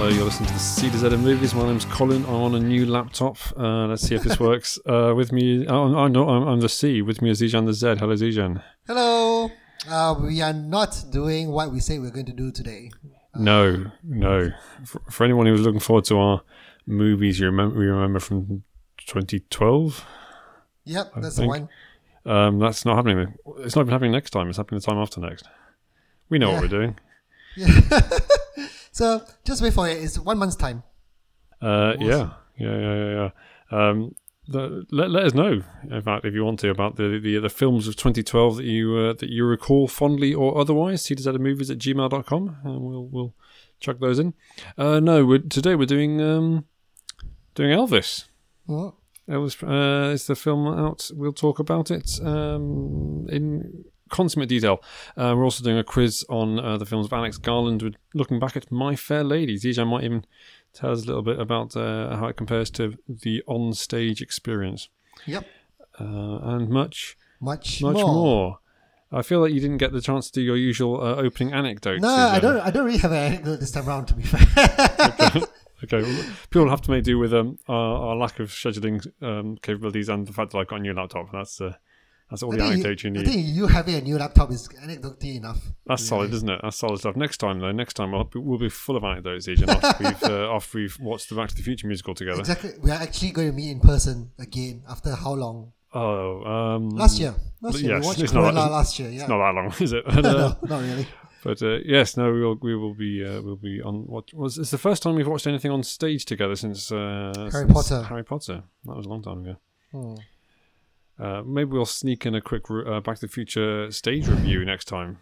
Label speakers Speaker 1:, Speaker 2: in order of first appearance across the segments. Speaker 1: You're listening to the CDZ of Movies. My name's Colin. I'm on a new laptop. Uh, let's see if this works. Uh, with me, I'm, I'm not. I'm, I'm the C. With me is Zijan the Z. Hello, Zijan.
Speaker 2: Hello. Uh, we are not doing what we say we're going to do today.
Speaker 1: No, no. For, for anyone who was looking forward to our movies, you remember we remember from 2012.
Speaker 2: Yep, that's the
Speaker 1: think-
Speaker 2: one.
Speaker 1: Um, that's not happening. It's not even happening next time. It's happening the time after next. We know
Speaker 2: Yeah.
Speaker 1: what we're doing.
Speaker 2: So just wait for it. It's one month's time.
Speaker 1: Uh, yeah, yeah, yeah, yeah. yeah. Um, the, let, let us know, in fact, if you want to, about the, the, the films of 2012 that you uh, that you recall fondly or otherwise. Movies at gmail.com, and we'll we'll chuck those in. Uh, no, we're, today we're doing um, doing Elvis.
Speaker 2: Mm.
Speaker 1: Elvis uh, is the film out. We'll talk about it um, in consummate detail. Uh, we're also doing a quiz on uh, the films of Alex Garland, with looking back at My Fair Lady. Zijan might even tell us a little bit about uh, how it compares to the on-stage experience
Speaker 2: Yep.
Speaker 1: uh, and much,
Speaker 2: Much,
Speaker 1: much more.
Speaker 2: more.
Speaker 1: I feel like you didn't get the chance to do your usual uh, opening anecdotes.
Speaker 2: No,
Speaker 1: Zijan.
Speaker 2: I don't. I don't really have an anecdote this time around. To be fair,
Speaker 1: Okay, well, people have to make do with um, our, our lack of scheduling um, capabilities and the fact that I got a new laptop. That's uh, that's all
Speaker 2: I
Speaker 1: the
Speaker 2: think
Speaker 1: anecdote you
Speaker 2: you, I
Speaker 1: need.
Speaker 2: think you having a new laptop is anecdotal enough.
Speaker 1: That's solid, isn't it? That's solid stuff. Next time, though, next time we'll be, we'll be full of anecdotes, Ian, after we've uh, after we've watched the Back to the Future musical together.
Speaker 2: Exactly. We are actually going to meet in person again after how long?
Speaker 1: Oh, um,
Speaker 2: Last year. Last
Speaker 1: But
Speaker 2: year.
Speaker 1: yes,
Speaker 2: we watched
Speaker 1: it's not-
Speaker 2: Cruella last year. Yeah.
Speaker 1: Not that long, is it? But, uh,
Speaker 2: no, not really.
Speaker 1: but uh, yes, no, we will we will be uh, we'll be on what was it's the first time we've watched anything on stage together since uh, since
Speaker 2: Potter.
Speaker 1: Harry Potter. That was a long time ago.
Speaker 2: Hmm.
Speaker 1: Uh, maybe we'll sneak in a quick re- uh, Back to the Future stage review next time.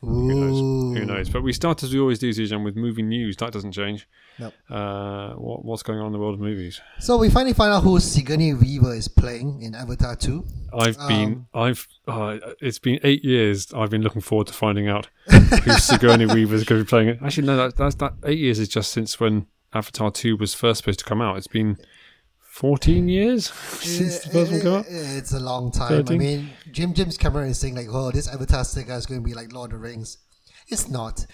Speaker 1: Who knows? Who
Speaker 2: Ooh.
Speaker 1: knows? But we start as we always do, Zijan, with movie news. That doesn't change.
Speaker 2: Nope.
Speaker 1: Uh, what, what's going on in the world of movies?
Speaker 2: So we finally find out who Sigourney Weaver is playing in Avatar 2.
Speaker 1: I've been,
Speaker 2: Um,
Speaker 1: I've, uh, it's been eight years. I've been looking forward to finding out who Sigourney Weaver is going to be playing. Actually, no, that, that's that. Eight years is just since when Avatar Two was first supposed to come out. It's been fourteen years since the first one came out.
Speaker 2: It's a long time.
Speaker 1: Thirteen?
Speaker 2: I mean, Jim Jim's Cameron is saying like, "Oh, this Avatar saga is going to be like Lord of the Rings." It's not.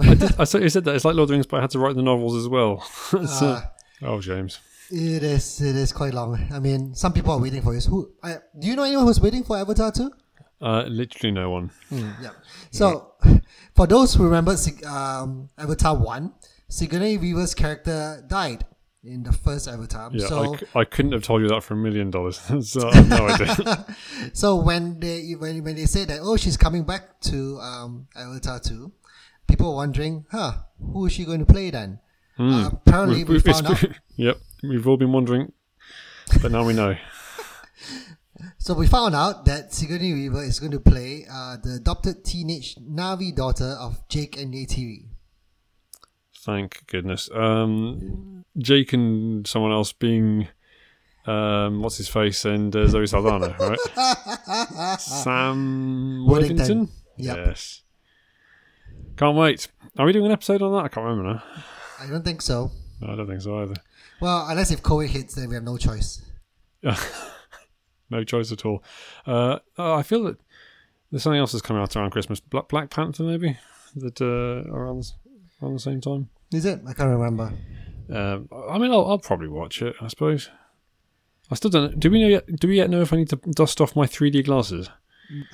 Speaker 1: I, did, I said, you said that it's like Lord of the Rings, but I had to write the novels as well. So-
Speaker 2: uh,
Speaker 1: oh, James.
Speaker 2: it is. It is quite long. I mean, some people are waiting for this. Who? I, do you know anyone who's waiting for Avatar too?
Speaker 1: Uh, literally no one.
Speaker 2: Yeah. So, for those who remember Sig- um, Avatar One, Sigourney Weaver's character died in the first Avatar.
Speaker 1: Yeah,
Speaker 2: so
Speaker 1: I c- I, couldn't have told you that for a million dollars. so I have no idea.
Speaker 2: So when they when, when they say that oh she's coming back to um, Avatar two, people are wondering, huh, who is she going to play then? Uh, apparently we,
Speaker 1: We've-
Speaker 2: found out.
Speaker 1: Hmm. it's- Yep, we've all been wondering, but now we know.
Speaker 2: So we found out that Sigourney Weaver is going to play uh, the adopted teenage Navi daughter of Jake and Neytiri.
Speaker 1: Thank goodness. Um, Jake and someone else being, um, what's his face, and uh, Zoe Saldana, right? Sam
Speaker 2: Worthington.
Speaker 1: Worthington.
Speaker 2: Yep.
Speaker 1: Yes. Can't wait. Are we doing an episode on that? I can't remember now.
Speaker 2: I don't think so.
Speaker 1: No, I don't think so either.
Speaker 2: Well, unless if COVID hits, then we have no choice.
Speaker 1: no choice at all. Uh, oh, I feel that there's something else that's coming out around Christmas. Black, Black Panther, maybe that uh, around around the same time.
Speaker 2: Is it? I can't remember.
Speaker 1: Um, I mean, I'll, I'll probably watch it. I suppose. I still don't. Do we know? Yet, do we yet know if I need to dust off my 3D glasses?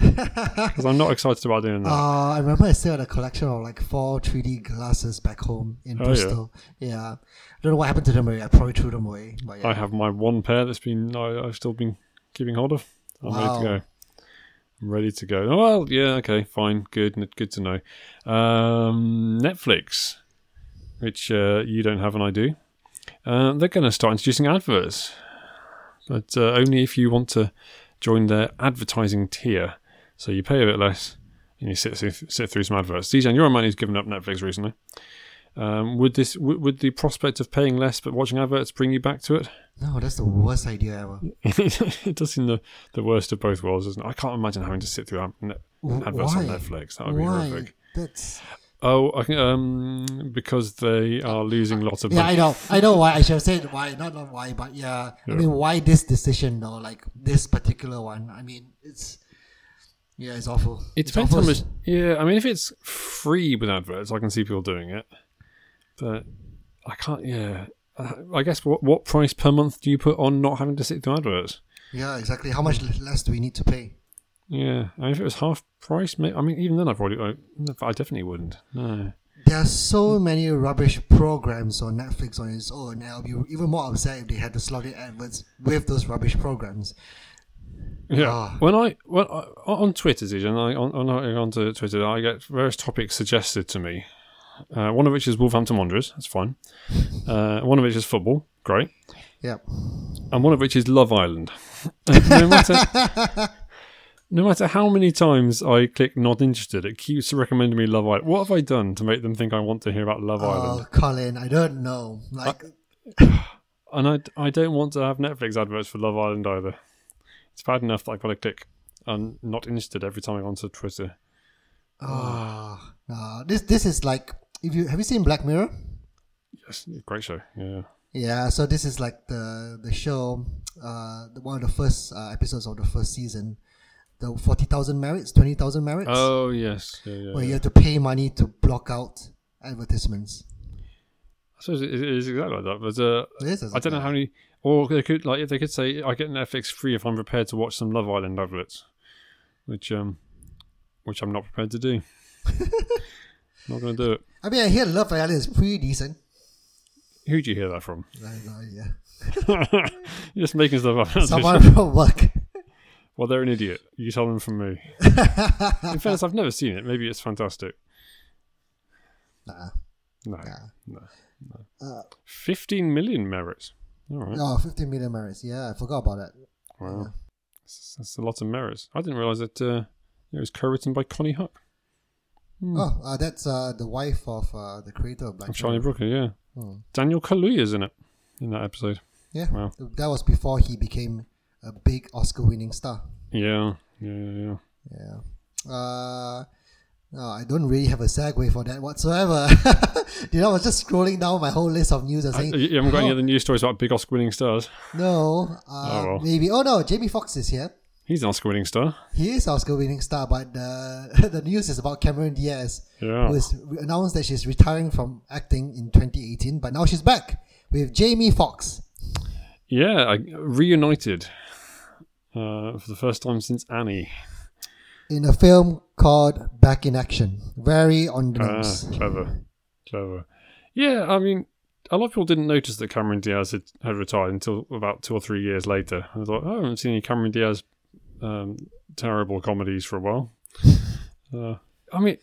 Speaker 1: Because I'm not excited about doing that.
Speaker 2: Uh, I remember I still had a collection of like four 3D glasses back home in
Speaker 1: Oh, yeah.
Speaker 2: Bristol. Yeah. I don't know what happened to them. really. I probably threw them away. But yeah.
Speaker 1: I have my one pair that's been I, I've still been keeping hold of. I'm ready
Speaker 2: Wow.
Speaker 1: to go. I'm ready to go. Oh, well, yeah, okay, fine, good, n- good to know. Um, Netflix, which uh, you don't have and I do, uh, they're going to start introducing adverts, but uh, only if you want to join their advertising tier. So you pay a bit less and you sit through, sit through some adverts. Dijon, you're a man who's given up Netflix recently. Um, would this would, would the prospect of paying less but watching adverts bring you back to it?
Speaker 2: No, that's the worst idea ever.
Speaker 1: it does seem the, the worst of both worlds, doesn't it? I can't imagine having to sit through ad- net-
Speaker 2: Wh-
Speaker 1: adverts on
Speaker 2: why?
Speaker 1: Netflix. That would be
Speaker 2: Why?
Speaker 1: horrific.
Speaker 2: That's
Speaker 1: Oh, I can, um, because they are losing lots of
Speaker 2: yeah.
Speaker 1: money.
Speaker 2: I know. I know why. I should have said why, not not why, but yeah.
Speaker 1: Yeah.
Speaker 2: I mean, why this decision though? Like this particular one. I mean, it's yeah, it's awful.
Speaker 1: It
Speaker 2: It's
Speaker 1: depends how
Speaker 2: awful.
Speaker 1: much. Yeah, I mean, if it's free with adverts, I can see people doing it. But I can't. Yeah, uh, I guess what what price per month do you put on not having to sit through adverts?
Speaker 2: Yeah, exactly. How much l- less do we need to pay?
Speaker 1: Yeah, I mean, if it was half price, may I mean, even then I probably I, I definitely wouldn't. No.
Speaker 2: There are so many rubbish programs on Netflix on its own. I'll be even more upset if they had to slot in adverts with those rubbish programs.
Speaker 1: Yeah.
Speaker 2: Ah.
Speaker 1: When I when I, on Twitter, Zijan, I on, on onto Twitter, I get various topics suggested to me. Uh, one of which is Wolverhampton Wanderers. That's fine. Uh, one of which is football. Great.
Speaker 2: Yeah.
Speaker 1: And one of which is Love Island. no matter. No matter how many times I click not interested, it keeps recommending me Love Island. What have I done to make them think I want to hear about Love Island?
Speaker 2: Oh, Colin, I don't know.
Speaker 1: Uh,
Speaker 2: Like,
Speaker 1: And I, I don't want to have Netflix adverts for Love Island either. It's bad enough that I've got to click and not interested every time I go onto Twitter.
Speaker 2: oh, no. This this is like if you have you seen Black Mirror?
Speaker 1: Yes, great show. Yeah.
Speaker 2: Yeah. So this is like the the show, uh, the, one of the first uh, episodes of the first season, the forty thousand merits, twenty thousand merits,
Speaker 1: Oh yes. Yeah, yeah,
Speaker 2: where you
Speaker 1: yeah.
Speaker 2: have to pay money to block out advertisements.
Speaker 1: I suppose it, it is exactly like that. But uh,
Speaker 2: This is
Speaker 1: I don't know how many. Or they could like they could say I get Netflix free if I'm prepared to watch some Love Island adverts, which um, which I'm not prepared to do. not going to do it.
Speaker 2: I mean, I hear Love Island is pretty decent.
Speaker 1: Who do you hear that from?
Speaker 2: I have no idea.
Speaker 1: You're just making stuff up.
Speaker 2: Someone from work.
Speaker 1: Well, they're an idiot. You tell them from me. In fairness, I've never seen it. Maybe it's fantastic.
Speaker 2: Nah.
Speaker 1: No,
Speaker 2: Nah.
Speaker 1: no, no.
Speaker 2: Uh,
Speaker 1: Fifteen million merits. All right.
Speaker 2: Oh, 15 million merits. Yeah, I forgot about that.
Speaker 1: Wow, that's, that's a lot of merits. I didn't realize that uh, it was co-written by Connie Huck Hmm.
Speaker 2: Oh, uh, that's uh, the wife of uh, the creator of Black
Speaker 1: and Charlie
Speaker 2: Mirror.
Speaker 1: Brooker. Yeah,
Speaker 2: Hmm.
Speaker 1: Daniel Kaluuya's in it in that episode.
Speaker 2: Yeah,
Speaker 1: Wow.
Speaker 2: that was before he became a big Oscar-winning star.
Speaker 1: Yeah, yeah, yeah. yeah.
Speaker 2: Yeah. Uh, no, I don't really have a segue for that whatsoever. you know, I was just scrolling down my whole list of news and
Speaker 1: I,
Speaker 2: saying,
Speaker 1: you you haven't got any
Speaker 2: Oh.
Speaker 1: other news stories about big Oscar-winning stars?
Speaker 2: no, uh,
Speaker 1: well.
Speaker 2: maybe. Oh no, Jamie Foxx is here.
Speaker 1: He's an Oscar-winning star.
Speaker 2: He is Oscar-winning star, but the the news is about Cameron Diaz,
Speaker 1: Yeah.
Speaker 2: who has re- announced that she's retiring from acting in 2018, but now she's back with Jamie Foxx.
Speaker 1: Yeah, I, reunited uh, for the first time since Annie.
Speaker 2: in a film called Back in Action. Very on the
Speaker 1: Ah,
Speaker 2: nose.
Speaker 1: clever, clever. Yeah, I mean, a lot of people didn't notice that Cameron Diaz had, had retired until about two or three years later. I thought, oh, I haven't seen any Cameron Diaz um, terrible comedies for a while. Uh, I mean,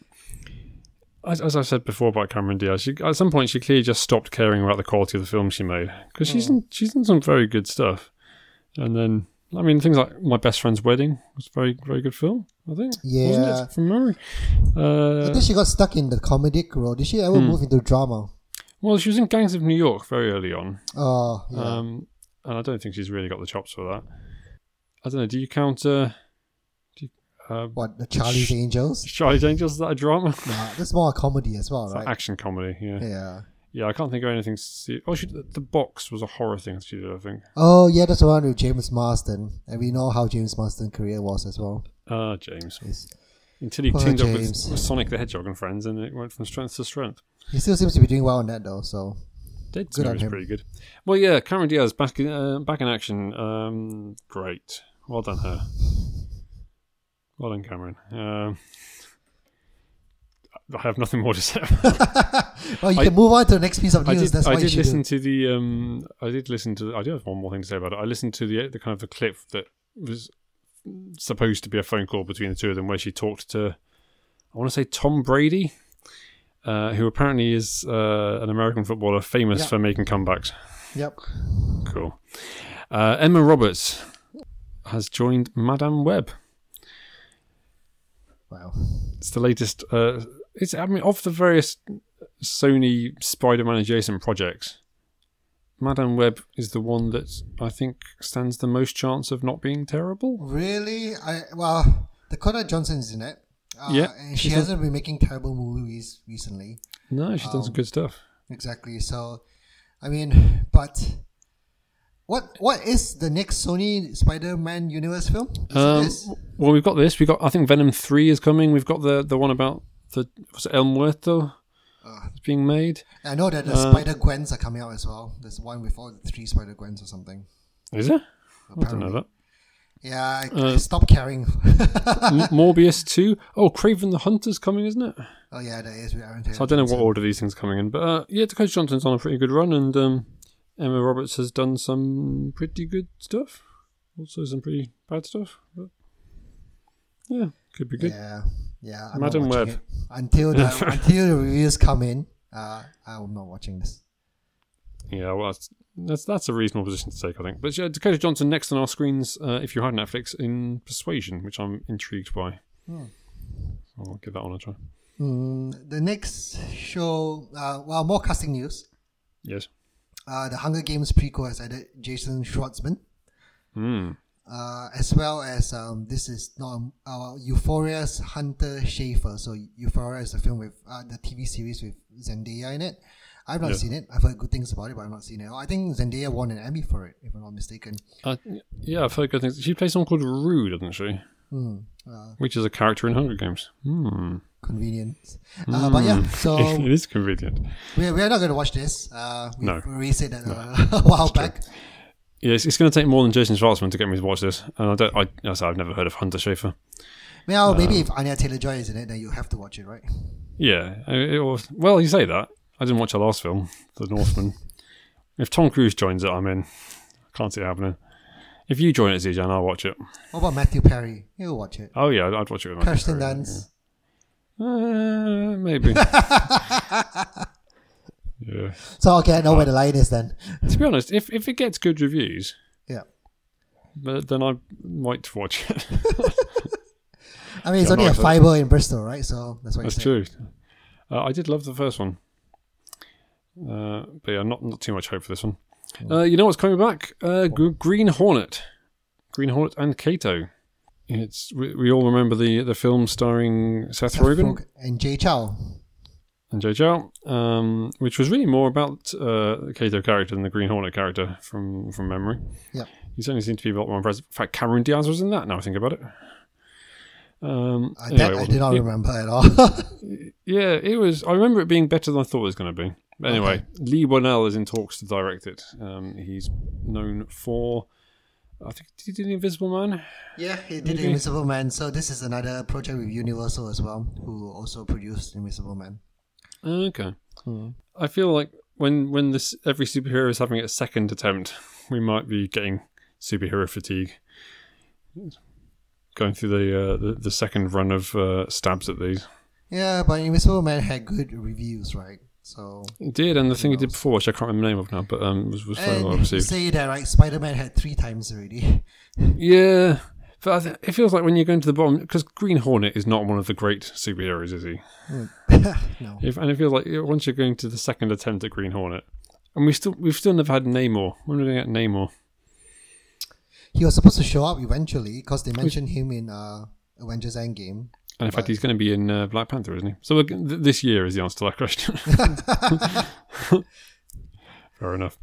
Speaker 1: as, as I've said before about Cameron Diaz, she, at some point she clearly just stopped caring about the quality of the film she made because she's in, she's done some very good stuff, and then. I mean, things like My Best Friend's Wedding was a very, very good film, I think.
Speaker 2: Yeah.
Speaker 1: Wasn't it? From memory. Uh, Hmm.
Speaker 2: I think she got stuck in the comedic role. Did she ever move into drama?
Speaker 1: Well, she was in Gangs of New York very early on,
Speaker 2: Oh, yeah.
Speaker 1: um, and I don't think she's really got the chops for that. I don't know. Do you count uh, do you, uh,
Speaker 2: what the Charlie's Angels?
Speaker 1: Charlie's Angels? Is that a drama?
Speaker 2: Nah, that's more a comedy as well,
Speaker 1: It's an
Speaker 2: right?
Speaker 1: action comedy. Yeah. yeah,
Speaker 2: Yeah.
Speaker 1: I can't think of anything. Se- oh, she, the box was a horror thing she did. I think.
Speaker 2: Oh, yeah, that's the one with James Marsden, and we know how James Marsden's career was as well.
Speaker 1: Ah, James.
Speaker 2: He's,
Speaker 1: Until he
Speaker 2: Poor
Speaker 1: teamed up
Speaker 2: James.
Speaker 1: with, with Sonic the Hedgehog and friends, and it went from strength to strength.
Speaker 2: he still seems to be doing well on that though. So
Speaker 1: Dead
Speaker 2: Good
Speaker 1: Snow
Speaker 2: on
Speaker 1: is
Speaker 2: him.
Speaker 1: pretty good. Well, yeah, Cameron Diaz back in uh, back in action. Um, great, well done her. Well done, Cameron. Um, I have nothing more to say.
Speaker 2: well, you
Speaker 1: I-
Speaker 2: can move on to the next piece of
Speaker 1: I
Speaker 2: news.
Speaker 1: did,
Speaker 2: that's
Speaker 1: I
Speaker 2: what you
Speaker 1: did
Speaker 2: should
Speaker 1: listen
Speaker 2: do.
Speaker 1: to the. Um, I did listen to. I do have one more thing to say about it. I listened to the the kind of the clip that was supposed to be a phone call between the two of them, where she talked to. I want to say Tom Brady, uh, who apparently is uh, an American footballer famous
Speaker 2: Yeah.
Speaker 1: for making comebacks.
Speaker 2: Yep.
Speaker 1: Cool. Uh, Emma Roberts has joined Madame Web.
Speaker 2: Wow.
Speaker 1: It's the latest. Uh, it's I mean, of the various Sony Spider-Man adjacent projects, Madame Web is the one that I think stands the most chance of not being terrible.
Speaker 2: Really? I well, Dakota Johnson's in it. Uh,
Speaker 1: Yeah,
Speaker 2: and she
Speaker 1: she's in-
Speaker 2: hasn't been making terrible movies recently.
Speaker 1: No, she's done some good stuff.
Speaker 2: Exactly. So, I mean, but what what is the next Sony Spider-Man universe film? Is it
Speaker 1: Um,
Speaker 2: this?
Speaker 1: well, we've got this. We have got. I think Venom Three is coming. We've got the the one about the was it El Muerto.
Speaker 2: Uh,
Speaker 1: that's being made.
Speaker 2: I know that the
Speaker 1: Uh,
Speaker 2: Spider Gwens are coming out as well. There's one with all the three Spider Gwens or something.
Speaker 1: Is it? I don't
Speaker 2: Apparently.
Speaker 1: know that.
Speaker 2: Yeah, I,
Speaker 1: Uh,
Speaker 2: I stopped caring.
Speaker 1: M- Morbius 2. Oh, Craven the Hunter's coming, isn't it?
Speaker 2: oh yeah, that is with Aaron Taylor.
Speaker 1: So I don't know what
Speaker 2: Johnson.
Speaker 1: order these things are coming in. But uh, yeah, Dakota Johnson's on a pretty good run, and um, Emma Roberts has done some pretty good stuff. Also, some pretty bad stuff. But yeah, could be good.
Speaker 2: Yeah, yeah. I'm
Speaker 1: Madam
Speaker 2: not watching
Speaker 1: Web.
Speaker 2: it. Until the until the reviews come in, uh, I'm not watching this.
Speaker 1: Yeah, well, that's, that's that's a reasonable position to take, I think. But yeah, Dakota Johnson next on our screens, uh, if you had Netflix, in Persuasion, which I'm intrigued by.
Speaker 2: Hmm.
Speaker 1: I'll give that one a try.
Speaker 2: Mm, the next show, uh, well, more casting news.
Speaker 1: Yes.
Speaker 2: Uh, the Hunger Games prequel has added Jason Schwartzman,
Speaker 1: Mm.
Speaker 2: uh, as well as um, this is not uh, Euphoria's Hunter Schafer. So Euphoria is the film with uh, the TV series with Zendaya in it. I've not
Speaker 1: Yeah.
Speaker 2: seen it. I've heard good things about it, but I've not seen it. I think Zendaya won an Emmy for it, if I'm not mistaken.
Speaker 1: Uh, yeah, I've heard good things. She plays someone called Rue, doesn't she?
Speaker 2: Hmm. Uh,
Speaker 1: Which is a character in Hunger Games. Hmm.
Speaker 2: convenience. Uh, But yeah, so
Speaker 1: it is convenient.
Speaker 2: We're, we're not going to watch this. Uh, we
Speaker 1: No.
Speaker 2: we said that uh, a while back.
Speaker 1: Yeah, it's, it's going to take more than Jason Schwartzman to get me to watch this. And I don't, I, as I have never heard of Hunter Schafer.
Speaker 2: Well,
Speaker 1: Um,
Speaker 2: maybe if Anya Taylor Joy is in it, then you have to watch it, right?
Speaker 1: Yeah. I- it was- well, you say that. I didn't watch her last film, The Northman. if Tom Cruise joins it, I'm in. I can't see it happening. If you join it, Zijan, I'll watch it.
Speaker 2: What about Matthew Perry? He'll watch it.
Speaker 1: Oh, yeah, I'd- I'd watch it with my
Speaker 2: Kirsten Dunst.
Speaker 1: Uh, maybe. yeah.
Speaker 2: So okay, I know where the line is then.
Speaker 1: To be honest, if, if it gets good reviews,
Speaker 2: Yeah,
Speaker 1: th- then I might watch it.
Speaker 2: I mean it's
Speaker 1: Yeah,
Speaker 2: only
Speaker 1: no,
Speaker 2: a
Speaker 1: so-
Speaker 2: fiber in Bristol, right? So that's what
Speaker 1: That's
Speaker 2: you said.
Speaker 1: true. Uh, I did love the first one, uh, but yeah, not not too much hope for this one.
Speaker 2: Hmm.
Speaker 1: Uh, you know what's coming back? Uh, Gr- Green Hornet, Green Hornet and Kato. It's we, we all remember the the film starring Seth,
Speaker 2: Seth
Speaker 1: Rogen
Speaker 2: Rogen and Jay Uh, Chow.
Speaker 1: and Joe Chow, um, which was really more about uh, the Kato character than the Green Hornet character from from memory.
Speaker 2: Yeah.
Speaker 1: He certainly seemed to be a lot more impressive. In fact, Cameron Diaz was in that. Now I think about it. Um,
Speaker 2: Uh,
Speaker 1: anyway,
Speaker 2: that
Speaker 1: it
Speaker 2: I
Speaker 1: wasn't-
Speaker 2: did not
Speaker 1: it-
Speaker 2: remember at all.
Speaker 1: Yeah, it was. I remember it being better than I thought it was going to be. But anyway, Lee Whannell is in talks to direct it. Um, he's known for, I think, did he do The Invisible Man?
Speaker 2: yeah, he did
Speaker 1: Maybe.
Speaker 2: Invincible Man. So this is another project with Universal as well, who also produced Invincible Man.
Speaker 1: Okay. I feel like when when this every superhero is having a second attempt, we might be getting superhero fatigue. Going through the uh, the, the second run of uh, stabs at these.
Speaker 2: Yeah, but Invincible Man had good reviews, right? So
Speaker 1: It did, and the thing he did before, which I can't remember the name of now, but um, was was very
Speaker 2: And
Speaker 1: well
Speaker 2: you
Speaker 1: received.
Speaker 2: say that like Spider Man had three times already.
Speaker 1: Yeah, but I th- it feels like when you're going to the bottom because Green Hornet is not one of the great superheroes, is he?
Speaker 2: no.
Speaker 1: If, and it feels like yeah, once you're going to the second attempt at Green Hornet, and we still we've still never had Namor. When are we going to get Namor?
Speaker 2: He was supposed to show up eventually because they mentioned him in uh, Avengers Endgame.
Speaker 1: And in fact, he's going to be in uh, Black Panther, isn't he? So we're, g- th- this year is the answer to that question. Fair enough.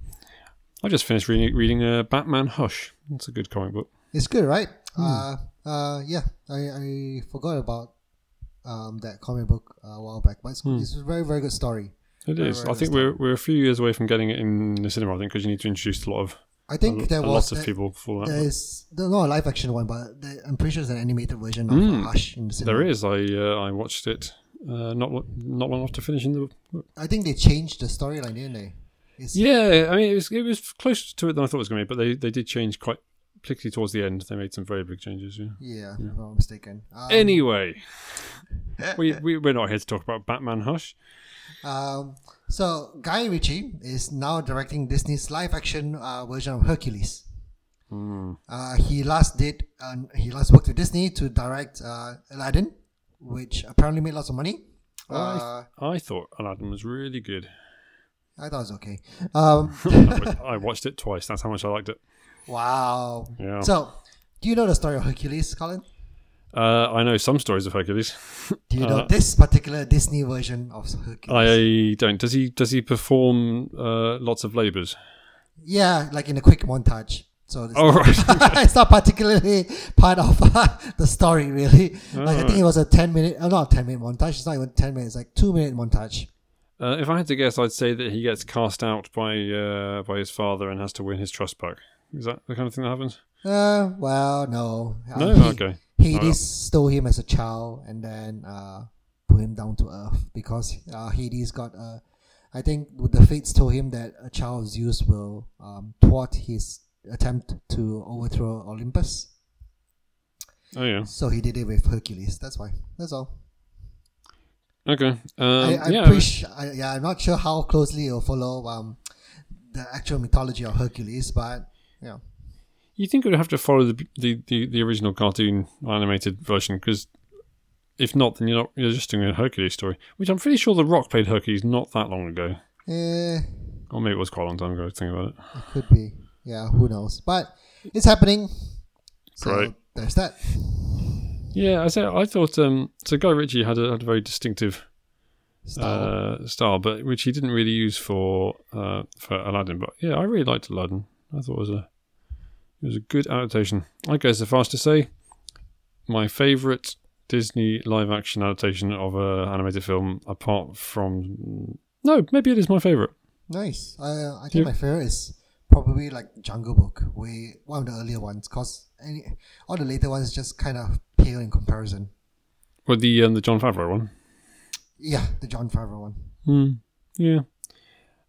Speaker 1: I just finished reading reading uh, Batman Hush. That's a good comic book.
Speaker 2: It's good, right? Uh, uh, yeah, I, I forgot about um, that comic book uh, a while back, but it's, it's a very, very good story.
Speaker 1: It is. I think we're we're a few years away from getting it in the cinema. I think because you need to introduce a lot of
Speaker 2: I
Speaker 1: a,
Speaker 2: think
Speaker 1: lot
Speaker 2: there was.
Speaker 1: of
Speaker 2: a-
Speaker 1: people for that.
Speaker 2: There's there's not a live action one, but there, I'm pretty sure there's an animated version of uh, Hush in the cinema.
Speaker 1: Hmm. There is. I uh, I watched it uh, not lo- not long after finishing the book.
Speaker 2: I think they changed the storyline, didn't they? It's,
Speaker 1: Yeah, I mean it was it was closer to it than I thought it was going to be, but they they did change quite particularly towards the end. They made some very big changes. Yeah.
Speaker 2: yeah, if I'm not mistaken. Um,
Speaker 1: Anyway, we, we we're not here to talk about Batman Hush.
Speaker 2: Um, so Guy Ritchie is now directing Disney's live-action uh, version of Hercules.
Speaker 1: Hmm.
Speaker 2: Uh, he last did um, he last worked with Disney to direct uh, Aladdin, which apparently made lots of money. Uh,
Speaker 1: I thought Aladdin was really good.
Speaker 2: I thought it was okay. Um,
Speaker 1: I wa- I watched it twice. That's how much I liked it.
Speaker 2: wow.
Speaker 1: Yeah.
Speaker 2: So, do you know the story of Hercules, Colin?
Speaker 1: Uh, I know some stories of Hercules.
Speaker 2: Do you know this particular Disney version of Hercules?
Speaker 1: Uh, I don't. Does he does he perform uh, lots of labors?
Speaker 2: yeah, like in a quick montage. So this
Speaker 1: Oh right.
Speaker 2: it's not particularly part of the story,
Speaker 1: Oh.
Speaker 2: uh, really. Like I think it was a ten minute, uh, not ten minute montage. It's not even ten minutes, like two minute montage.
Speaker 1: Uh, if I had to guess, I'd say that he gets cast out by uh, by his father and has to win his trust back. Is that the kind of thing that happens?
Speaker 2: Uh, well, no. Uh,
Speaker 1: No?
Speaker 2: he-
Speaker 1: Okay.
Speaker 2: Hades
Speaker 1: Oh, yeah.
Speaker 2: stole him as a child and then uh, put him down to earth because uh, Hades got Uh, I think the fates told him that a child of Zeus will um, thwart his attempt to overthrow Olympus.
Speaker 1: Oh yeah.
Speaker 2: So he did it with Hercules. That's why. That's all.
Speaker 1: Okay. Um,
Speaker 2: I, I'm
Speaker 1: yeah.
Speaker 2: pretty su- I, yeah, I'm not sure how closely it'll follow um, the actual mythology of Hercules, but yeah.
Speaker 1: You think it would have to follow the the, the, the original cartoon animated version because if not, then you're not you're just doing a Hercules story, which I'm pretty sure The Rock played Hercules not that long ago,
Speaker 2: Eh,
Speaker 1: or maybe it was quite a long time ago. To think about it.
Speaker 2: it could be. Yeah, who knows? But it's happening. So
Speaker 1: Great.
Speaker 2: there's that.
Speaker 1: Yeah, I said I thought um, so. Guy Ritchie had a, had a very distinctive
Speaker 2: Star.
Speaker 1: uh, style, but which he didn't really use for uh, for Aladdin. But yeah, I really liked Aladdin. I thought it was a it was a good adaptation. I go so far as to say my favourite Disney live action adaptation of an animated film, apart from no, maybe it is my favourite.
Speaker 2: nice. Uh, I think
Speaker 1: Yeah.
Speaker 2: my favorite is probably like Jungle Book, way one of the earlier ones, because all the later ones just kind of pale in comparison.
Speaker 1: Well, the um, the John Favreau one.
Speaker 2: Yeah, the John Favreau one.
Speaker 1: Hmm. yeah.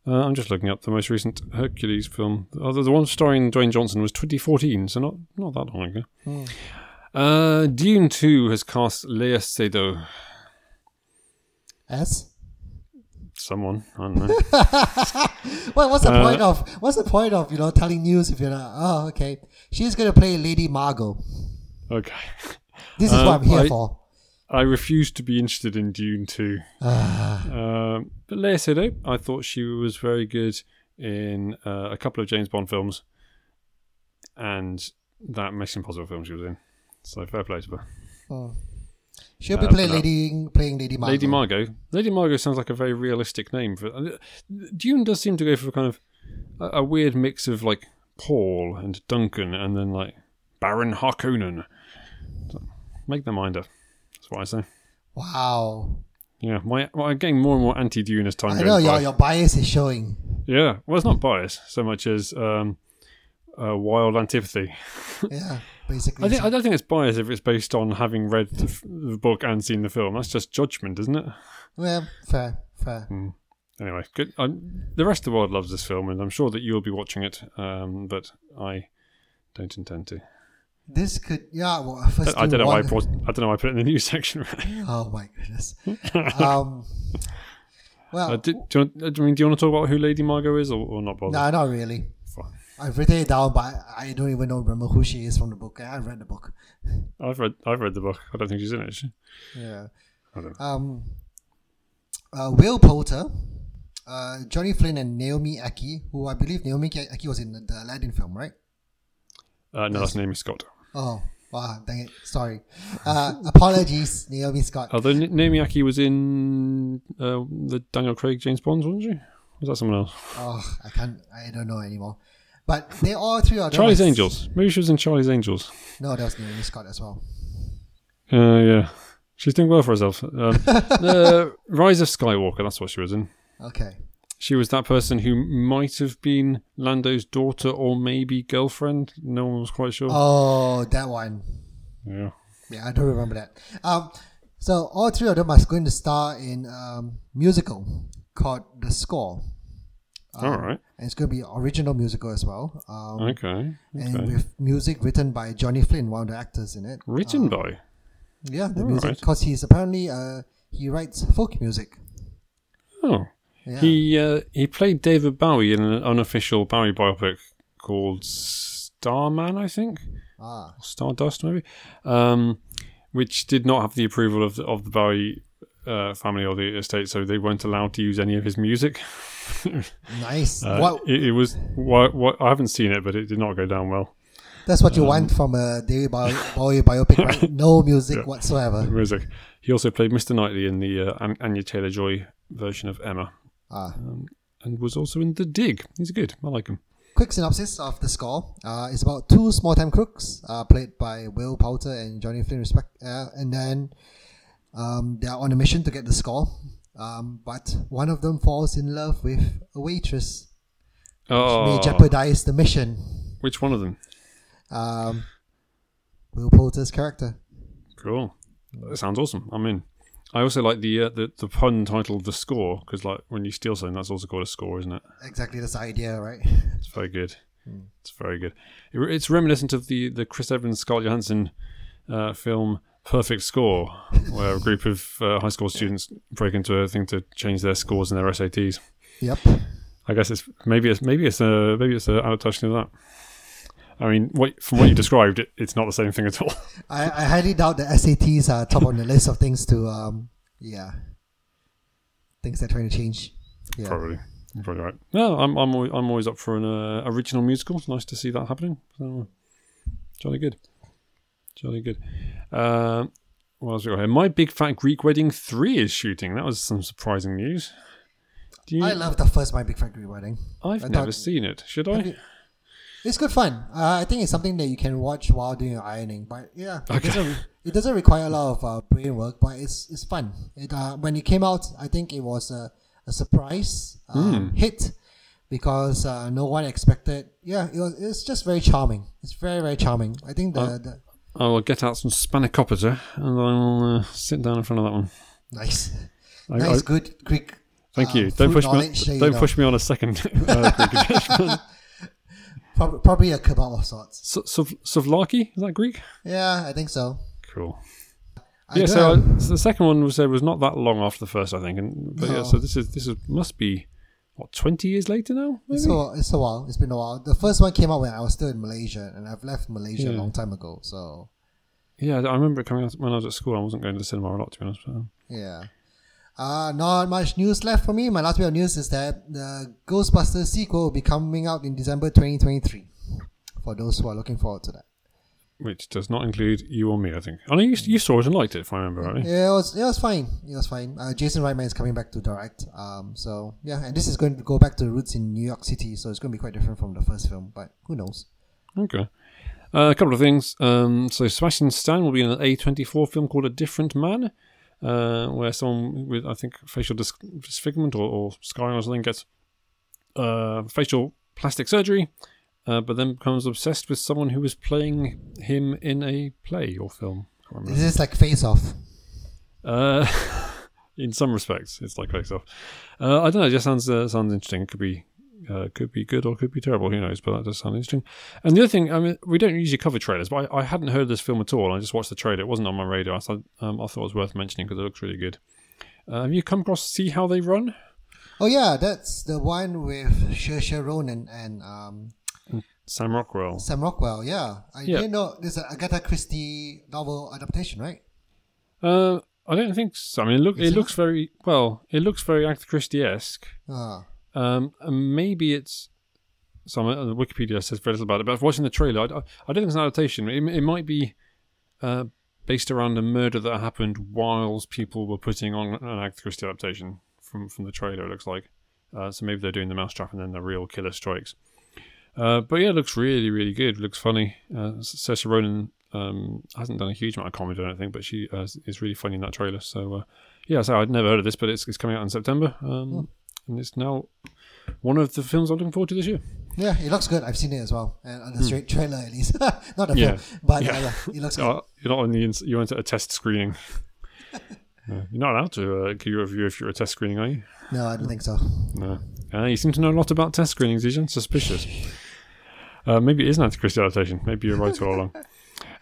Speaker 1: Uh, I'm just looking up the most recent Hercules film. Oh, the the one starring Dwayne Johnson was 2014, so not not that long ago.
Speaker 2: Hmm.
Speaker 1: Uh, Dune 2 has cast Lea Seydoux
Speaker 2: S.
Speaker 1: someone. I don't know.
Speaker 2: What, what's the
Speaker 1: Uh,
Speaker 2: point of what's the point of you know telling news if you're not? Oh, okay. She's gonna play Lady Margot.
Speaker 1: okay.
Speaker 2: This is
Speaker 1: Uh,
Speaker 2: what I'm here
Speaker 1: I-
Speaker 2: for.
Speaker 1: I refuse to be interested in Dune 2. Um, but Lea Seydoux, I thought she was very good in uh, a couple of James Bond films and that Mission Impossible film she was in. So fair play to her.
Speaker 2: Hmm. She'll
Speaker 1: Uh,
Speaker 2: be playing
Speaker 1: but, uh,
Speaker 2: Lady playing Lady Margot.
Speaker 1: Lady Margot. Lady Margot sounds like a very realistic name for. uh, Dune does seem to go for kind of a, a weird mix of like Paul and Duncan, and then like Baron Harkonnen. So, make their mind up. That's what I say.
Speaker 2: Wow.
Speaker 1: Yeah, my well, I'm getting more and more anti-Dune as time
Speaker 2: I
Speaker 1: goes
Speaker 2: know your
Speaker 1: by.
Speaker 2: your bias is showing.
Speaker 1: Yeah, well, it's not bias so much as um, uh, wild antipathy.
Speaker 2: Yeah, basically.
Speaker 1: I, think, I don't think it's bias if it's based on having read the, f- the book and seen the film. That's just judgment, isn't it?
Speaker 2: Well, fair, fair.
Speaker 1: Hmm. anyway, good. I'm, the rest of the world loves this film, and I'm sure that you'll be watching it, um, but I don't intend to.
Speaker 2: This could, yeah. Well, first
Speaker 1: I
Speaker 2: do
Speaker 1: don't know why I
Speaker 2: one-
Speaker 1: brought. I don't know why I put it in the news section. Really.
Speaker 2: Oh my goodness. um. Well,
Speaker 1: Uh, do, do, you want, I mean, do you want to talk about who Lady Margot is, or, or not bother?
Speaker 2: no, not really.
Speaker 1: Fine.
Speaker 2: I've written it down, but I don't even know remember who she is from the book. I read the book.
Speaker 1: I've read. I've read the book. I don't think she's in it. is she?
Speaker 2: Yeah.
Speaker 1: I don't
Speaker 2: Um, uh, Will Poulter, uh, Johnny Flynn, and Naomi Aki, who I believe Naomi Ki- Aki was in the, the Aladdin film, right?
Speaker 1: Uh, no, that's Naomi Scott.
Speaker 2: Oh, wow, dang it. Sorry. Uh, apologies, Naomi Scott.
Speaker 1: Although N- Naomi Aki was in uh, the Daniel Craig James Bond, wasn't she? Was that someone else?
Speaker 2: Oh, I can't, I don't know anymore. But they all three are.
Speaker 1: Charlie's
Speaker 2: they're like-
Speaker 1: Angels. Maybe she was in Charlie's Angels.
Speaker 2: No, that was Naomi Scott as well.
Speaker 1: Uh, yeah, she's doing well for herself. Um, uh, Rise of Skywalker. That's what she was in.
Speaker 2: Okay.
Speaker 1: She was that person who might have been Lando's daughter or maybe girlfriend. No one was quite sure.
Speaker 2: Oh, that one.
Speaker 1: yeah.
Speaker 2: Yeah, I don't remember that. Um, so all three of them are going to star in um, musical called The Score. Oh.
Speaker 1: All right.
Speaker 2: and it's going to be original musical as well, um,
Speaker 1: Okay.
Speaker 2: and
Speaker 1: okay.
Speaker 2: with music written by Johnny Flynn, one of the actors in it. Um,
Speaker 1: Written by.
Speaker 2: Yeah, the
Speaker 1: All
Speaker 2: music
Speaker 1: right.
Speaker 2: because he's apparently uh, he writes folk music.
Speaker 1: Oh.
Speaker 2: Yeah.
Speaker 1: He uh, he played David Bowie in an unofficial Bowie biopic called Starman, I think,
Speaker 2: ah,
Speaker 1: or Stardust maybe, um, which did not have the approval of the, of the Bowie uh, family or the estate, so they weren't allowed to use any of his music.
Speaker 2: nice.
Speaker 1: Uh,
Speaker 2: what?
Speaker 1: It, it was. What, what, I haven't seen it, but it did not go down well.
Speaker 2: That's
Speaker 1: um,
Speaker 2: what you want from a David Bowie, Bowie biopic, right? No music whatsoever.
Speaker 1: music. He also played Mr. Knightley in the uh, An- Anya Taylor Joy version of Emma, Um,
Speaker 2: Ah.
Speaker 1: and was also in The Dig. He's good. I like him.
Speaker 2: Quick synopsis of the score. Uh, it's about two small-time crooks uh, played by Will Poulter and Johnny Flynn, respect, uh, and then um, they are on a mission to get the score. Um, but one of them falls in love with a waitress,
Speaker 1: Oh,
Speaker 2: may jeopardize the mission.
Speaker 1: which one of them?
Speaker 2: Um, Will Poulter's character.
Speaker 1: Cool. That sounds awesome. I'm in. I also like the uh, the, the pun titled "the score" because like when you steal something, that's also called a score, isn't it?
Speaker 2: Exactly this idea, right?
Speaker 1: It's very good. It's very good. It, re- it's reminiscent of the the Chris Evans Scarlett Johansson uh, film "Perfect Score," where a group of uh, high school students break into a thing to change their scores in their SATs.
Speaker 2: Yep.
Speaker 1: I guess it's maybe it's maybe it's a maybe it's a adaptation of that. I mean, what, from what you described, it, it's not the same thing at all.
Speaker 2: I, I highly doubt the SATs are top on the list of things to, um, yeah, things they're trying to change. Yeah.
Speaker 1: Probably. You're Probably right. No, I'm I'm always, I'm always up for an uh, original musical. It's nice to see that happening. So, jolly good, jolly good. Um, what else we got here? My Big Fat Greek Wedding Three is shooting. That was some surprising news. Do you, Oh.
Speaker 2: I love the first My Big Factory Wedding.
Speaker 1: I've
Speaker 2: I
Speaker 1: never
Speaker 2: thought-
Speaker 1: seen it. Should I?
Speaker 2: Have you- It's good fun. Uh, I think it's something that you can watch while doing your ironing. But yeah, it,
Speaker 1: Okay.
Speaker 2: doesn't, it doesn't require a lot of uh, brain work, but it's it's fun. It, uh, when it came out, I think it was a, a surprise um, hit because uh, no one expected. Yeah, it was, it's just very charming. It's very very charming. I think the,
Speaker 1: Oh.
Speaker 2: the
Speaker 1: I will get out some spanakopita and I'll uh, sit down in front of that one.
Speaker 2: nice
Speaker 1: I-
Speaker 2: nice
Speaker 1: I-
Speaker 2: good Greek.
Speaker 1: thank
Speaker 2: uh,
Speaker 1: you. Don't
Speaker 2: food
Speaker 1: push me.
Speaker 2: knowledge that you
Speaker 1: don't
Speaker 2: know.
Speaker 1: push me on a second. uh, Greek attachment.
Speaker 2: Prob- probably a kebab of sorts.
Speaker 1: Su- Suv- Suvlaki is that Greek?
Speaker 2: Yeah, I think so.
Speaker 1: Cool.
Speaker 2: I
Speaker 1: yeah,
Speaker 2: do
Speaker 1: so,
Speaker 2: have-
Speaker 1: uh, so the second one was there was not that long after the first, I think, and but yeah,
Speaker 2: No.
Speaker 1: so this is this is must be what twenty years later now. Maybe?
Speaker 2: It's a, it's a while. It's been a while. The first one came out when I was still in Malaysia, and I've left Malaysia a
Speaker 1: Yeah.
Speaker 2: long time ago. So
Speaker 1: yeah, I remember it coming out when I was at school. I wasn't going to the cinema a lot, to be honest. But, um,
Speaker 2: yeah, uh, not much news left for me. My last bit of news is that the Ghostbusters sequel will be coming out in December 2023. For those who are looking forward to that,
Speaker 1: which does not include you or me, I think. I know you, you saw it and liked it, if I remember rightly.
Speaker 2: it was it was fine. It was fine. Uh, Jason Reitman is coming back to direct. Um, so yeah, and this is going to go back to the roots in New York City. So it's going to be quite different from the first film. But who knows?
Speaker 1: Okay. Uh, a couple of things. Um, so Sebastian Stan will be in an A24 film called A Different Man, uh, where someone with I think facial dis- disfigurement or, or scarring or something gets uh, facial plastic surgery, uh, but then becomes obsessed with someone who is playing him in a play or film. I can't remember.
Speaker 2: Is this like Face Off?
Speaker 1: Uh, in some respects, it's like Face Off. Uh, I don't know. It just sounds uh, sounds interesting. It could be uh, could be good or could be terrible. Who knows? But that does sound interesting. And the other thing, I mean, we don't usually cover trailers, but I, I hadn't heard of this film at all. I just watched the trailer. It wasn't on my radar. I thought um, I thought it was worth mentioning because it looks really good. Uh, have you come across See How They Run?
Speaker 2: Oh yeah, that's the one with Saoirse Ronan and um,
Speaker 1: Sam Rockwell.
Speaker 2: Sam Rockwell. Yeah, I
Speaker 1: Yeah.
Speaker 2: didn't know there's an Agatha Christie novel adaptation, right?
Speaker 1: Uh, I don't think so. I mean, it, look, it
Speaker 2: Is it?
Speaker 1: looks very well. It looks very Agatha Christie esque.
Speaker 2: Ah,
Speaker 1: Um, and maybe it's some uh, Wikipedia says very little about it, but watching the trailer, I, I don't think it's an adaptation. It, it might be uh, based around a murder that happened whilst people were putting on an Agatha Christie adaptation from from the trailer. It looks like, uh, so maybe they're doing the mousetrap and then the real killer strikes. Uh, but yeah, it looks really, really good. looks funny. Uh, Saoirse Ronan um, hasn't done a huge amount of comedy or anything, but she uh, is really funny in that trailer. So uh, yeah, so I'd never heard of this, but it's, it's coming out in September, um, and it's now one of the films I'm looking forward to this year.
Speaker 2: yeah, it looks good. I've seen it as well, and on the straight trailer at least, not the
Speaker 1: Hmm. Yeah.
Speaker 2: film, but
Speaker 1: Yeah.
Speaker 2: yeah. yeah, it looks good.
Speaker 1: Uh, you're not on the ins- you went to a test screening. No, you're not allowed to uh, give your review if you're at a test screening, are you?
Speaker 2: No, I don't think so.
Speaker 1: No. Uh, you seem to know a lot about test screenings, Ijan. Suspicious. Uh, maybe it is an anti-Christ adaptation. Maybe you're right all along.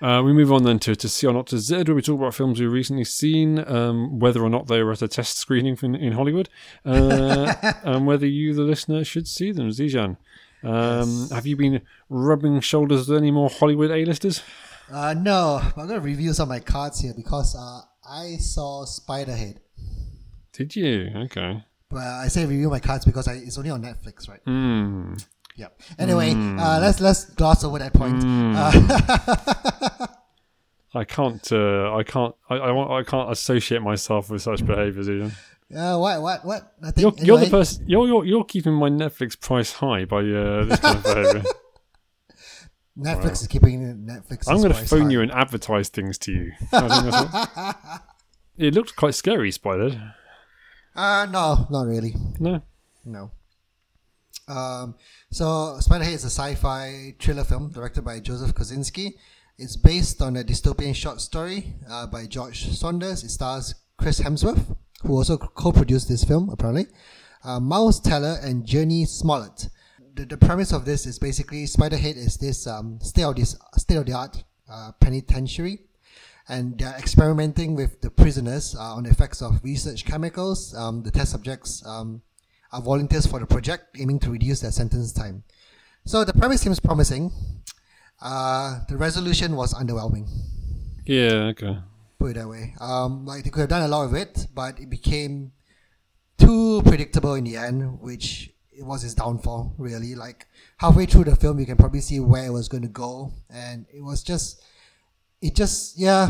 Speaker 1: Uh, we move on then to, to see or not to Z, where we talk about films we've recently seen, um, whether or not they were at a test screening in, in Hollywood, uh, and whether you, the listener, should see them. Zijan, um, have you been rubbing shoulders with any more Hollywood A-listers?
Speaker 2: Uh, no, but I'm gonna review some of my cards here because uh, I saw Spiderhead.
Speaker 1: Did you? Okay.
Speaker 2: Well, I say review my cards because I, it's only on Netflix, right?
Speaker 1: Hmm.
Speaker 2: Yep. Anyway, uh, let's let's gloss over that point.
Speaker 1: Hmm.
Speaker 2: Uh,
Speaker 1: I can't. Uh, I can't. I, I, want- I can't associate myself with such behaviours. Ian.
Speaker 2: uh, what what what? I think
Speaker 1: You're, you're the
Speaker 2: anyway.
Speaker 1: person. You're, you're you're keeping my Netflix price high by uh, this kind of behaviour.
Speaker 2: Netflix is keeping it Netflix.
Speaker 1: I'm going
Speaker 2: is
Speaker 1: to
Speaker 2: price
Speaker 1: phone
Speaker 2: high.
Speaker 1: you and advertise things to you. I think that's what- it looked quite scary, Spider.
Speaker 2: Uh, no, not really.
Speaker 1: No.
Speaker 2: No. Um, so, Spiderhead is a sci fi thriller film directed by Joseph Kosinski. It's based on a dystopian short story uh, by George Saunders. It stars Chris Hemsworth, who also co produced this film, apparently, uh, Miles Teller, and Journey Smollett. The, the premise of this is basically Spiderhead is this um, state of this state of the art uh, penitentiary, and they're experimenting with the prisoners uh, on the effects of research chemicals. Um, the test subjects um, are volunteers for the project, aiming to reduce their sentence time. So the premise seems promising. Uh, the resolution was underwhelming,
Speaker 1: Yeah. Okay.
Speaker 2: put it that way. Um, like they could have done a lot of it, but it became too predictable in the end, which it was its downfall. Really, like halfway through the film, you can probably see where it was going to go, and it was just, it just, yeah,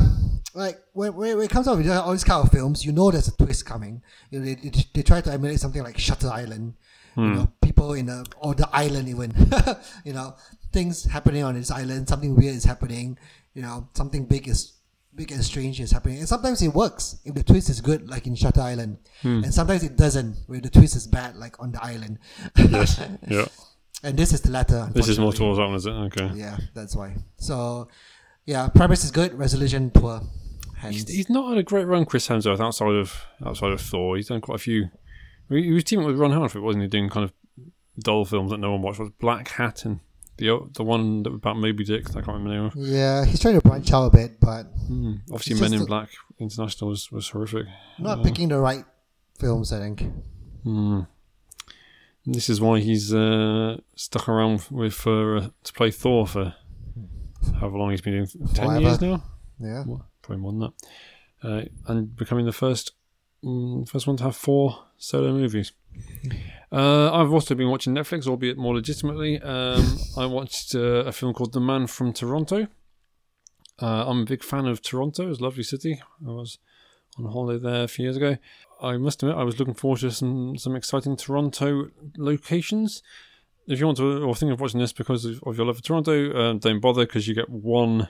Speaker 2: like when, when when it comes out with all these kind of films, you know there's a twist coming. You know, they, they, they try to emulate something like Shutter Island,
Speaker 1: Hmm.
Speaker 2: you know, people in a or the island even, you know, things happening on this island, something weird is happening, you know, something big is big and strange is happening. And sometimes it works if the twist is good, like in Shutter Island,
Speaker 1: Hmm.
Speaker 2: and sometimes it doesn't, where the twist is bad, like on the island.
Speaker 1: Yes. yeah.
Speaker 2: and this is the latter.
Speaker 1: This is more
Speaker 2: unfortunately.
Speaker 1: towards that one, is it? Okay.
Speaker 2: Yeah, that's why. So, yeah, premise is good, resolution poor. Hence,
Speaker 1: He's, he's not had a great run, Chris Hemsworth, outside of outside of Thor. He's done quite a few. He he was teaming up with Ron Howard, wasn't he? Doing kind of dull films that no one watched. Was Black Hat and the o- the one that was about Moby Dick. that I can't remember the name of.
Speaker 2: yeah, he's trying to branch out a bit, but
Speaker 1: Mm. Obviously,
Speaker 2: Hmm. It's
Speaker 1: Men
Speaker 2: just
Speaker 1: in
Speaker 2: a-
Speaker 1: Black International was, was horrific. Mm.
Speaker 2: not picking the right films. I think.
Speaker 1: Hmm. This is why he's uh, stuck around with for uh, to play Thor for however long he's been doing ten
Speaker 2: Forever.
Speaker 1: years now,
Speaker 2: Yeah.
Speaker 1: Well, probably more than that, uh, and becoming the first mm, first one to have four solo movies. Uh, I've also been watching Netflix, albeit more legitimately. Um, I watched uh, a film called The Man from Toronto. Uh, I'm a big fan of Toronto. It's a lovely city. I was on holiday there a few years ago. I must admit, I was looking forward to some, some exciting Toronto locations. If you want to or think of watching this because of, of your love for Toronto, um, don't bother because you get one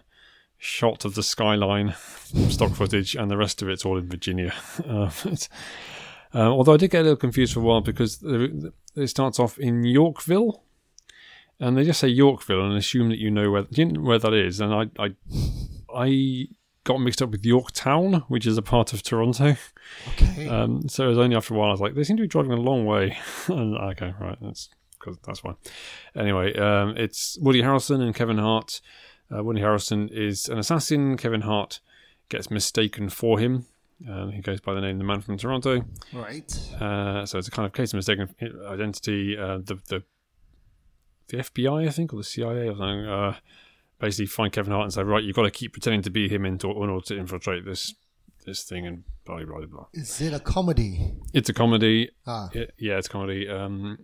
Speaker 1: shot of the skyline from stock footage and the rest of it's all in Virginia. Um, it's- um, although I did get a little confused for a while because the- it starts off in Yorkville. And they just say Yorkville and assume that you know where you know where that is. And I, I, I got mixed up with Yorktown, which is a part of Toronto.
Speaker 2: Okay.
Speaker 1: Um, so it was only after a while I was like, they seem to be driving a long way. and, ah, okay, right, that's cause that's why. Anyway, um, it's Woody Harrelson and Kevin Hart. Uh, Woody Harrelson is an assassin. Kevin Hart gets mistaken for him. Um, he goes by the name the Man from Toronto.
Speaker 2: right.
Speaker 1: Uh, so it's a kind of case of mistaken identity. Uh, the the the FBI, I think, or the CIA, or something, uh, basically find Kevin Hart and say, right, you've got to keep pretending to be him in, to, in order to infiltrate this this thing and blah blah blah. blah.
Speaker 2: Is it a comedy?
Speaker 1: It's a comedy.
Speaker 2: Ah,
Speaker 1: Yeah, yeah, it's comedy. Um,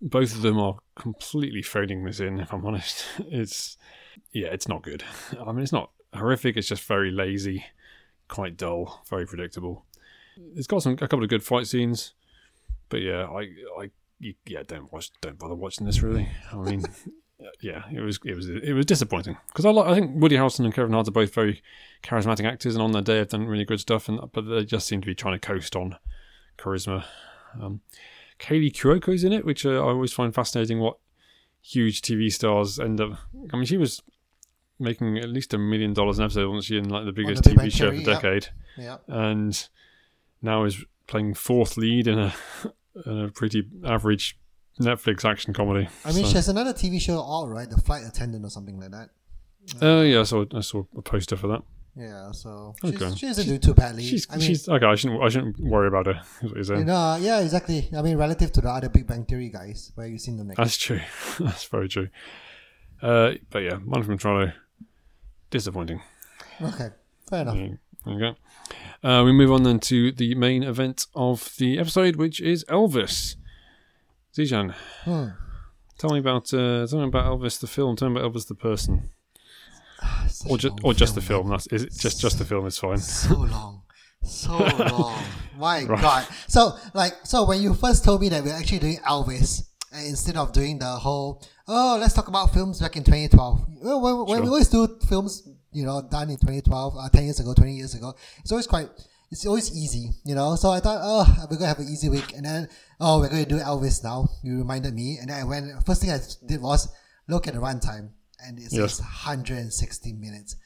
Speaker 1: both of them are completely phoning this in. If I'm honest, it's yeah, it's not good. I mean, it's not horrific. It's just very lazy, quite dull, very predictable. It's got some a couple of good fight scenes, but yeah, I I you- yeah, don't watch, don't bother watching this really. I mean, yeah, it was it was it was disappointing because I like, I think Woody Harrelson and Kevin Hart are both very charismatic actors, and on their day have done really good stuff, and but they just seem to be trying to coast on charisma. Um, Kaylee Kuroko's in it, which uh, I always find fascinating. What huge TV stars end up. I mean, she was making at least a million dollars an episode, wasn't she, in like the biggest
Speaker 2: Big Bang
Speaker 1: TV show of
Speaker 2: Theory,
Speaker 1: the
Speaker 2: yep.
Speaker 1: decade,
Speaker 2: yeah.
Speaker 1: and now is playing fourth lead in a in a pretty average Netflix action comedy.
Speaker 2: I mean,
Speaker 1: So-
Speaker 2: she has another TV show, all right, the flight attendant or something like that.
Speaker 1: Oh yeah, I saw I saw a poster for that.
Speaker 2: Yeah, so
Speaker 1: Okay.
Speaker 2: she's, she doesn't do too badly.
Speaker 1: She's
Speaker 2: Mm, I mean,
Speaker 1: she's okay. I shouldn't I shouldn't worry about her. is what you're saying.
Speaker 2: you know, yeah, exactly. I mean, relative to the other Big Bang Theory guys, where you seen them next.
Speaker 1: That's true. That's very true. Uh, but yeah, one from Toronto. Disappointing.
Speaker 2: okay, fair enough.
Speaker 1: There you go. Uh, we move on then to the main event of the episode, which is Elvis. Zijan,
Speaker 2: Hmm.
Speaker 1: tell me about uh, tell me about Elvis the film. Tell me about Elvis the person,
Speaker 2: Such
Speaker 1: or
Speaker 2: a
Speaker 1: just
Speaker 2: long
Speaker 1: or just the
Speaker 2: man.
Speaker 1: film. That's is it just just the film is fine.
Speaker 2: So long. So long. My God. So like so when you first told me that we're actually doing Elvis and instead of doing the whole oh let's talk about films back in 2012. Well, When, when we
Speaker 1: Sure.
Speaker 2: always do films, you know, done in 2012, uh, 10 years ago, 20 years ago, it's always quite. it's always easy, you know. So I thought, oh, we're gonna have an easy week, and then oh, we're gonna do Elvis now. You reminded me, and then I went. First thing I did was look at the runtime, and it's
Speaker 1: Yes.
Speaker 2: 160 minutes.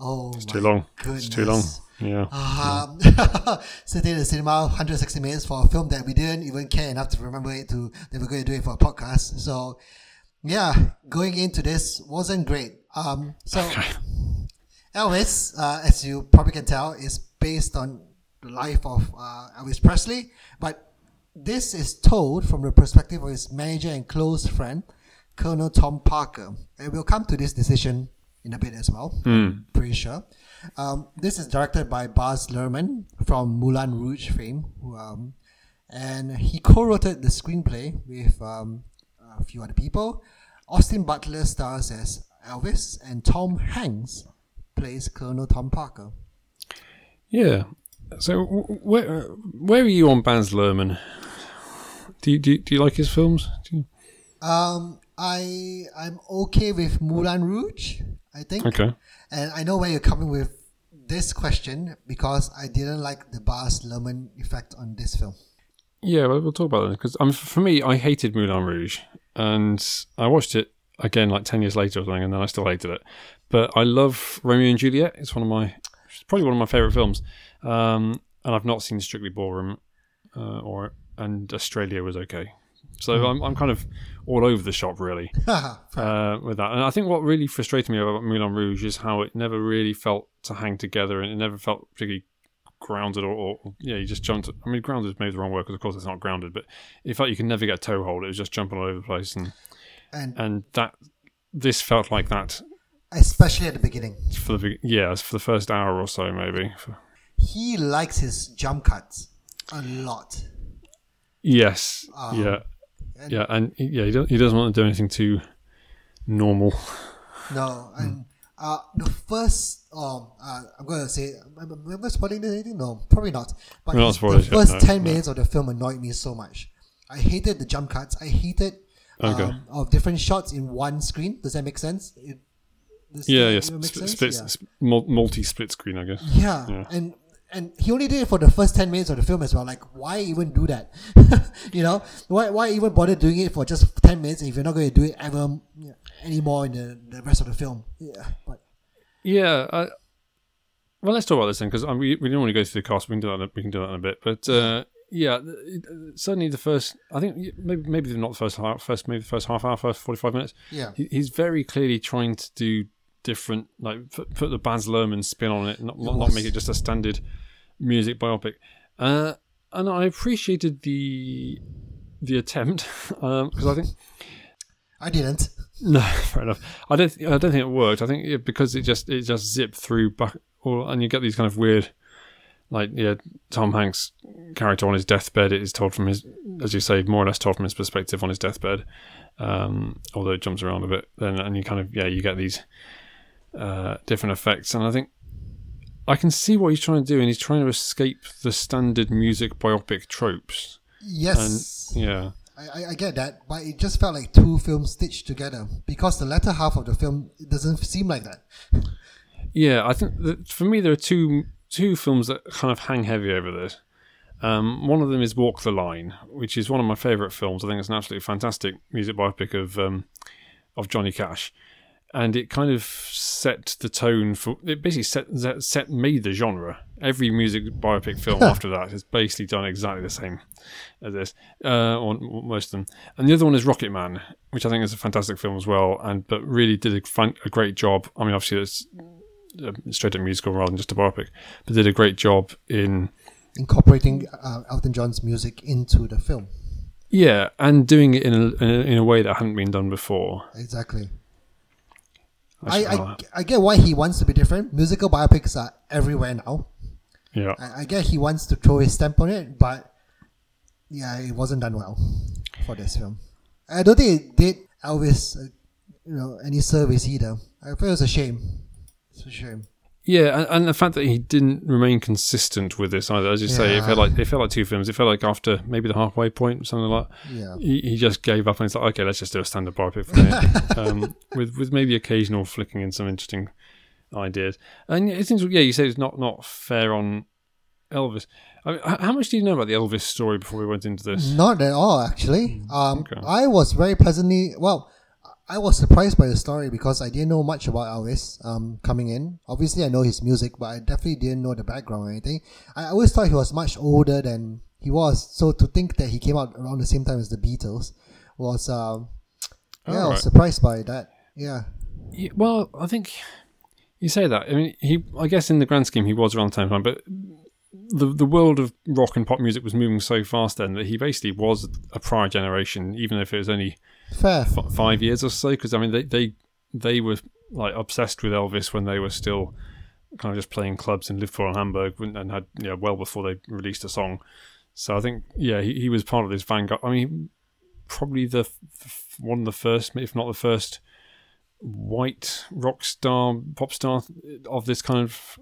Speaker 2: Oh,
Speaker 1: It's
Speaker 2: my
Speaker 1: too long.
Speaker 2: Goodness.
Speaker 1: It's too long. Yeah.
Speaker 2: Um, sitting in the cinema, 160 minutes for a film that we didn't even care enough to remember it to that we're going to do it for a podcast. So, yeah, going into this wasn't great. Um, so Elvis, uh, as you probably can tell, is based on the life of uh, Elvis Presley, but this is told from the perspective of his manager and close friend, Colonel Tom Parker. And we'll come to this decision in a bit as well, I'm pretty sure. Um, this is directed by Baz Luhrmann from Moulin Rouge fame, who, um, and he co-wrote the screenplay with um, a few other people. Austin Butler stars as Elvis, and Tom Hanks plays Colonel Tom Parker.
Speaker 1: Yeah. So wh- wh- where where are you on Baz Luhrmann? Do you, do you, do you like his films? Do you?
Speaker 2: Um, I I'm okay with Moulin Rouge. I think.
Speaker 1: Okay.
Speaker 2: And I know where you're coming with this question because I didn't like the Baz Luhrmann effect on this film.
Speaker 1: Yeah, well, we'll talk about that because um, for me, I hated Moulin Rouge, and I watched it again like ten years later or something, and then I still hated it. But I love Romeo and Juliet. It's one of my, it's probably one of my favorite films. Um, and I've not seen Strictly Ballroom, uh, or and Australia was okay. So I'm, I'm kind of all over the shop really uh, with that. And I think what really frustrated me about Moulin Rouge is how it never really felt to hang together, and it never felt particularly grounded or, or yeah, you just jumped. I mean, grounded is maybe the wrong word because of course it's not grounded, but in fact you can never get a toe hold. It was just jumping all over the place, and
Speaker 2: and
Speaker 1: and that this felt like that
Speaker 2: especially at the beginning,
Speaker 1: for the big- yeah for the first hour or so maybe. For-
Speaker 2: he likes his jump cuts a lot.
Speaker 1: yes,
Speaker 2: Um,
Speaker 1: yeah,
Speaker 2: and-
Speaker 1: yeah, and yeah, he, do- he doesn't want to do anything too normal.
Speaker 2: No, and uh, the first, um, uh, I'm going to say, am am- am I spoiling this anything? No, probably not. But
Speaker 1: We're not
Speaker 2: the
Speaker 1: spoiling it,
Speaker 2: first
Speaker 1: no,
Speaker 2: 10
Speaker 1: no.
Speaker 2: minutes of the film annoyed me so much. I hated the jump cuts. I hated um,
Speaker 1: Okay.
Speaker 2: of different shots in one screen. Does that make sense? It, does
Speaker 1: Yeah,
Speaker 2: that
Speaker 1: yeah,
Speaker 2: even
Speaker 1: sp-
Speaker 2: make
Speaker 1: split,
Speaker 2: sense?
Speaker 1: split, sp- mul- multi split screen, I guess.
Speaker 2: Yeah.
Speaker 1: Yeah.
Speaker 2: and and he only did it for the first ten minutes of the film as well. Like, why even do that? you know, why why even bother doing it for just ten minutes if you're not going to do it ever yeah, anymore in the, the rest of the film? Yeah, but
Speaker 1: Yeah. I, well, let's talk about this then, because we we didn't want to go through the cast. We can do that. in a- We can do that in a bit. But uh, yeah, th- it- uh, certainly the first. I think y- maybe maybe not the first half. First maybe the first half hour, first forty five minutes.
Speaker 2: Yeah.
Speaker 1: He, he's very clearly trying to do different, like put, put the Baz Luhrmann spin on it, not not, not
Speaker 2: was.
Speaker 1: make it just a standard music biopic. Uh, and I appreciated the the attempt because I think
Speaker 2: I didn't.
Speaker 1: no, fair enough. I don't. Th- I don't think it worked. I think it, because it just it just zipped through back, or, and you get these kind of weird, like yeah, Tom Hanks character on his deathbed. It is told from his, as you say, more or less told from his perspective on his deathbed. Um, although it jumps around a bit, then and you kind of yeah, you get these uh, different effects, and I think I can see what he's trying to do, and he's trying to escape the standard music biopic tropes. And
Speaker 2: Yes,
Speaker 1: yeah,
Speaker 2: I, I, I get that, but it just felt like two films stitched together because the latter half of the film it doesn't seem like that.
Speaker 1: Yeah, I think that for me there are two two films that kind of hang heavy over this. Um, one of them is Walk the Line, which is one of my favourite films. I think it's an absolutely fantastic music biopic of um, of Johnny Cash, and it kind of set the tone for. It basically set set, set made the genre. Every music biopic film after that has basically done exactly the same as this, uh, or m- most of them. And the other one is Rocket Man, which I think is a fantastic film as well, and but really did a, fan, a great job. I mean, obviously it's a um, straight up musical rather than just a biopic, but did a great job in
Speaker 2: Incorporating uh, Elton John's music into the film,
Speaker 1: yeah, and doing it in a, in a, in a way that hadn't been done before.
Speaker 2: exactly.
Speaker 1: should
Speaker 2: I,
Speaker 1: know
Speaker 2: I,
Speaker 1: that.
Speaker 2: I get why he wants to be different. Musical biopics are everywhere now.
Speaker 1: yeah,
Speaker 2: I, I get he wants to throw his stamp on it, but yeah, it wasn't done well for this film. I don't think it did Elvis, uh, you know, any service either. I feel it's a shame. It's a shame.
Speaker 1: yeah, and, and the fact that he didn't remain consistent with this either, as you say, it
Speaker 2: Yeah.
Speaker 1: felt like it felt like two films. It felt like after maybe the halfway point, something like
Speaker 2: Yeah.
Speaker 1: he, he just gave up and it's like, okay, let's just do a standard biopic for me, um, with with maybe occasional flicking in some interesting ideas. And it seems, yeah, you say it's not not fair on Elvis. I mean, h- how much do you know about the Elvis story before we went into this?
Speaker 2: Not at all, actually. Um,
Speaker 1: Mm, Okay.
Speaker 2: I was very pleasantly well. I was surprised by the story because I didn't know much about Elvis um, coming in. Obviously, I know his music, but I definitely didn't know the background or anything. I always thought he was much older than he was. So to think that he came out around the same time as the Beatles was, um, yeah, I
Speaker 1: Alright.
Speaker 2: was surprised by that. Yeah,
Speaker 1: Yeah, well, I think you say that. I mean, he. I guess in the grand scheme, he was around the same time, but the the world of rock and pop music was moving so fast then that he basically was a prior generation, even if it was only
Speaker 2: fair.
Speaker 1: f- five years or so. Because I mean, they they they were like obsessed with Elvis when they were still kind of just playing clubs in Liverpool and Hamburg, when- and had yeah well before they released a song. So I think yeah, he, he was part of this vanguard. I mean, probably the f- f- one of the first, if not the first, white rock star pop star of this kind of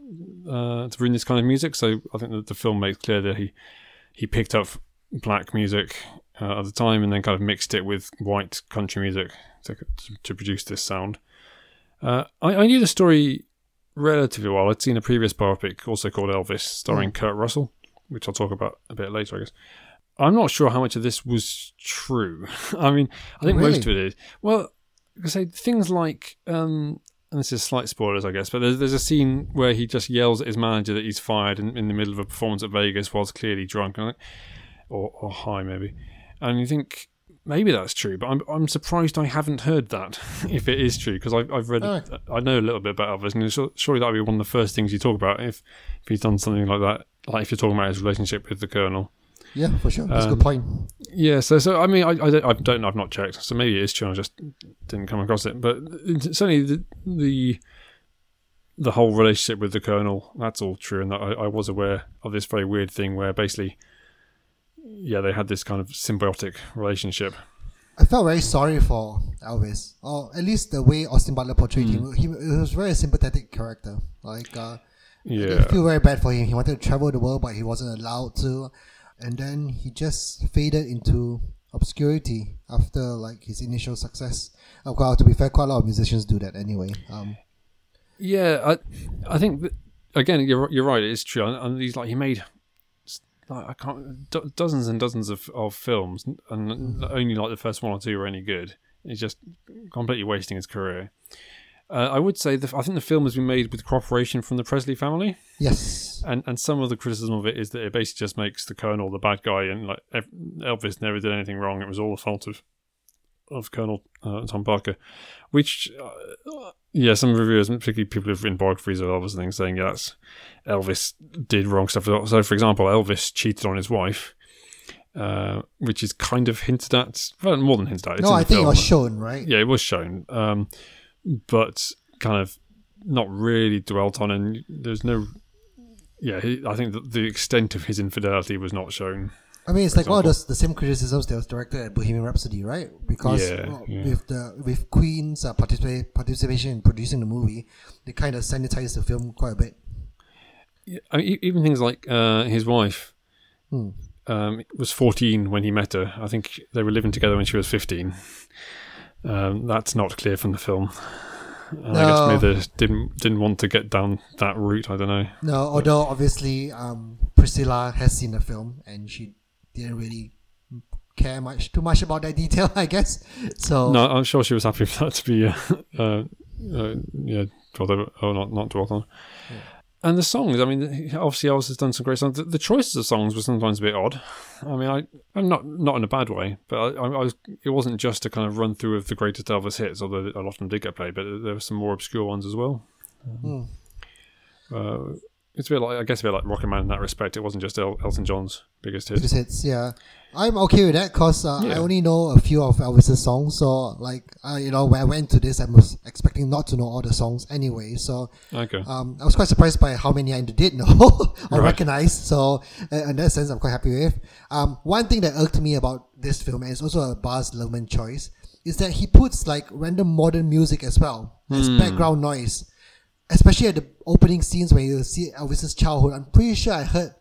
Speaker 1: uh, to bring this kind of music. So I think that the film makes clear that he he picked up black music uh, at the time and then kind of mixed it with white country music to, to produce this sound. Uh, I, I knew the story relatively well. I'd seen a previous biopic also called Elvis, starring Kurt Russell, which I'll talk about a bit later, I guess. I'm not sure how much of this was true. I mean, I think most of it is. Well, so things like, um, and this is slight spoilers, I guess, but there's, there's a scene where he just yells at his manager that he's fired in, in the middle of a performance at Vegas whilst clearly drunk. And I- or, or high maybe and you think maybe that's true but i'm, I'm surprised i haven't heard that if it is true because I've, I've read uh,
Speaker 2: Oh.
Speaker 1: i know a little bit about elvis and su- surely that would be one of the first things you talk about if, if he's done something like that like if you're talking about his relationship with the colonel
Speaker 2: Yeah, for sure. That's a
Speaker 1: Um,
Speaker 2: good point.
Speaker 1: yeah, so so I mean, I, I, don't, I don't know. I've not checked, so maybe it is true. I just didn't come across it. But it's- certainly the the, the whole relationship with the colonel that's all true, and that I, I was aware of this very weird thing where basically, yeah, they had this kind of symbiotic relationship.
Speaker 2: I felt very sorry for Elvis, or at least the way Austin Butler portrayed
Speaker 1: Hmm.
Speaker 2: him. He, he was a very sympathetic character. Like, uh, I
Speaker 1: Yeah,
Speaker 2: feel very bad for him. He wanted to travel the world, but he wasn't allowed to. And then he just faded into obscurity after like his initial success. Uh, well, to be fair, quite a lot of musicians do that anyway. Um,
Speaker 1: yeah. I I think that, again, you're you're right. It's true, and, and he's like he made. Like, I can't do- dozens and dozens of, of films, and only like the first one or two were any good. He's just completely wasting his career. Uh, I would say the, I think the film has been made with cooperation from the Presley family,
Speaker 2: yes,
Speaker 1: and and some of the criticism of it is that it basically just makes the Colonel the bad guy, and like ev- Elvis never did anything wrong. It was all the fault of of Colonel uh, Tom Parker, which uh, yeah, some reviewers, particularly people who've written biographies of Elvis and things, saying yeah, that's Elvis did wrong stuff. So for example, Elvis cheated on his wife. Uh, which is kind of hinted at, well, more than hinted at. It's
Speaker 2: no,
Speaker 1: in the
Speaker 2: I think it
Speaker 1: film.
Speaker 2: was shown right.
Speaker 1: Yeah, it was shown, um, but kind of not really dwelt on, and there's no. Yeah, he, I think the, the extent of his infidelity was not shown.
Speaker 2: I mean, it's like one of
Speaker 1: example.
Speaker 2: those the same criticisms that was directed at Bohemian Rhapsody, right? Because
Speaker 1: Yeah,
Speaker 2: well,
Speaker 1: yeah.
Speaker 2: with the with Queen's uh, participa- participation in producing the movie, they kind of sanitized the film quite a bit.
Speaker 1: Yeah, I mean, e- even things like uh, his wife
Speaker 2: Hmm.
Speaker 1: um, was 14 when he met her. I think they were living together when she was 15. Um, that's not clear from the film. And
Speaker 2: No.
Speaker 1: I guess maybe they just didn't didn't want to get down that route. I don't know.
Speaker 2: No, although obviously um, Priscilla has seen the film and she didn't really care much too much about that detail, I guess. So
Speaker 1: No, I'm sure she was happy for that to be, uh, uh, uh, yeah, dwelt over, or not, not dwelt on. And the songs, I mean, obviously Elvis has done some great songs. The, the choices of songs were sometimes a bit odd. I mean, I, I'm not not in a bad way, but I, I was, it wasn't just a kind of run through of the greatest Elvis hits, although a lot of them did get played, but there were some more obscure ones as well. Um,
Speaker 2: Hmm.
Speaker 1: Uh, it's a bit like, I guess, a bit like Rocket Man in that respect. It wasn't just El- Elton John's biggest hit.
Speaker 2: because it's yeah, I'm okay with that because uh, I
Speaker 1: Yeah.
Speaker 2: only know a few of Elvis's songs. So like uh, you know, when I went to this, I was expecting not to know all the songs anyway. So
Speaker 1: Okay.
Speaker 2: um, I was quite surprised by how many I did know or
Speaker 1: Right.
Speaker 2: recognize. So uh, in that sense, I'm quite happy with. Um, one thing that irked me about this film, and it's also a Baz Luhrmann choice, is that he puts like random modern music as well as background noise, especially at the opening scenes when you see Elvis's childhood. I'm pretty sure I heard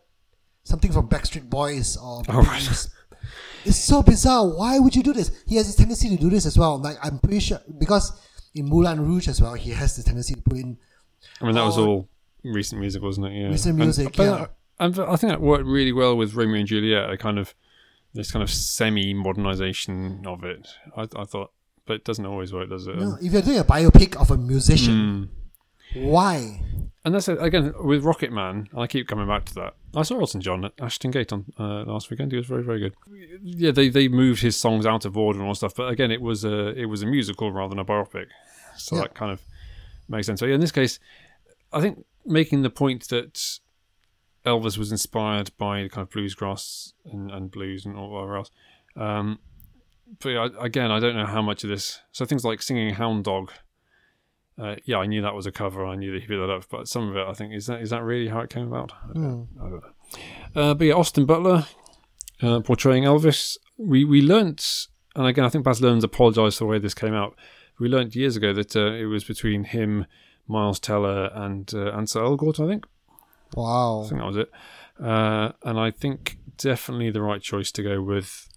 Speaker 2: something from Backstreet Boys or.
Speaker 1: All right.
Speaker 2: It's so bizarre. Why would you do this? He has this tendency to do this as well. Like I'm pretty sure because in Moulin Rouge as well, he has the tendency to put in
Speaker 1: I mean, that was
Speaker 2: Oh.
Speaker 1: all recent music, wasn't it? Yeah.
Speaker 2: Recent
Speaker 1: And-
Speaker 2: music,
Speaker 1: but
Speaker 2: yeah.
Speaker 1: I- and I think that worked really well with Romeo and Juliet. A kind of this kind of semi modernization of it. I, I thought, but it doesn't always work, does it?
Speaker 2: No, if you're doing a biopic of a musician,
Speaker 1: Hmm.
Speaker 2: why?
Speaker 1: And that's it. again with Rocket Man. I keep coming back to that. I saw Elton John at Ashton Gate on uh, last weekend. He was very, very good. Yeah, they, they moved his songs out of order and all stuff. But again, it was a it was a musical rather than a biopic, so
Speaker 2: Yeah.
Speaker 1: that kind of makes sense. So yeah, in this case, I think making the point that Elvis was inspired by the kind of bluesgrass and, and blues and all whatever else. Um, but yeah, I- again, I don't know how much of this. So things like singing Hound Dog. Uh, yeah, I knew that was a cover. I knew that he put that up, but some of it, I think, is that is that really how it came about? I don't-
Speaker 2: Hmm.
Speaker 1: I don't know. Uh, but yeah, Austin Butler uh, portraying Elvis. We we learnt, and again, I think Baz Luhrmann's apologised for the way this came out. We learnt years ago that uh, it was between him, Miles Teller, and uh, Ansel Elgort. I think. I
Speaker 2: Wow.
Speaker 1: think that was it. Uh, and I think definitely the right choice to go with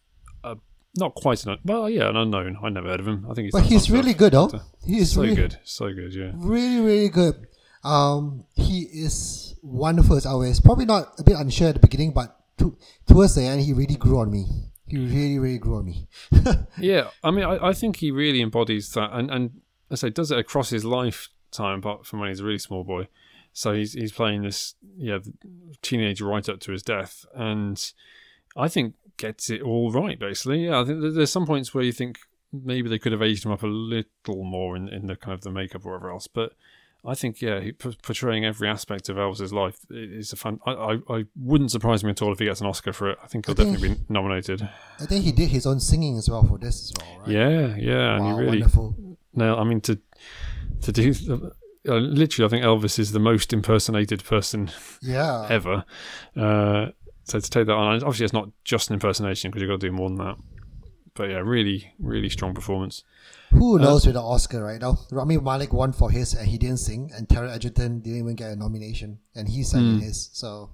Speaker 1: a, not quite an un- well, yeah, an unknown. I never heard of him. I think he's
Speaker 2: But
Speaker 1: done
Speaker 2: he's
Speaker 1: some
Speaker 2: really
Speaker 1: stuff.
Speaker 2: good, though. He is
Speaker 1: so
Speaker 2: really,
Speaker 1: good, so good. Yeah,
Speaker 2: really, really good. Um, he is wonderful as always. Probably not a bit unsure at the beginning, but to, towards the end, he really grew on me. He really, really grew on me.
Speaker 1: yeah. I mean, I, I think he really embodies that, and and I say does it across his lifetime, apart from when he's a really small boy. So he's he's playing this yeah teenager right up to his death, and I think gets it all right basically. Yeah, I think th- there's some points where you think maybe they could have aged him up a little more in, in the kind of the makeup or whatever else, but I think yeah, he, p- portraying every aspect of Elvis's life i- is a fun. I, I I wouldn't surprise me at all if he gets an Oscar for it. I think he'll
Speaker 2: I think-
Speaker 1: definitely be nominated.
Speaker 2: I think he did his own singing as well for this as well, right?
Speaker 1: Yeah, yeah, and
Speaker 2: Wow,
Speaker 1: he really
Speaker 2: wonderful.
Speaker 1: no, I mean to to do uh, literally. I think Elvis is the most impersonated person
Speaker 2: Yeah.
Speaker 1: ever. Uh, so to take that on, and obviously it's not just an impersonation because you've got to do more than that. But yeah, really, really strong performance.
Speaker 2: Who knows with the Oscar right now? Rami Malik won for his and he didn't sing, and Terry Edgerton didn't even get a nomination, and he sang
Speaker 1: Hmm.
Speaker 2: in his. So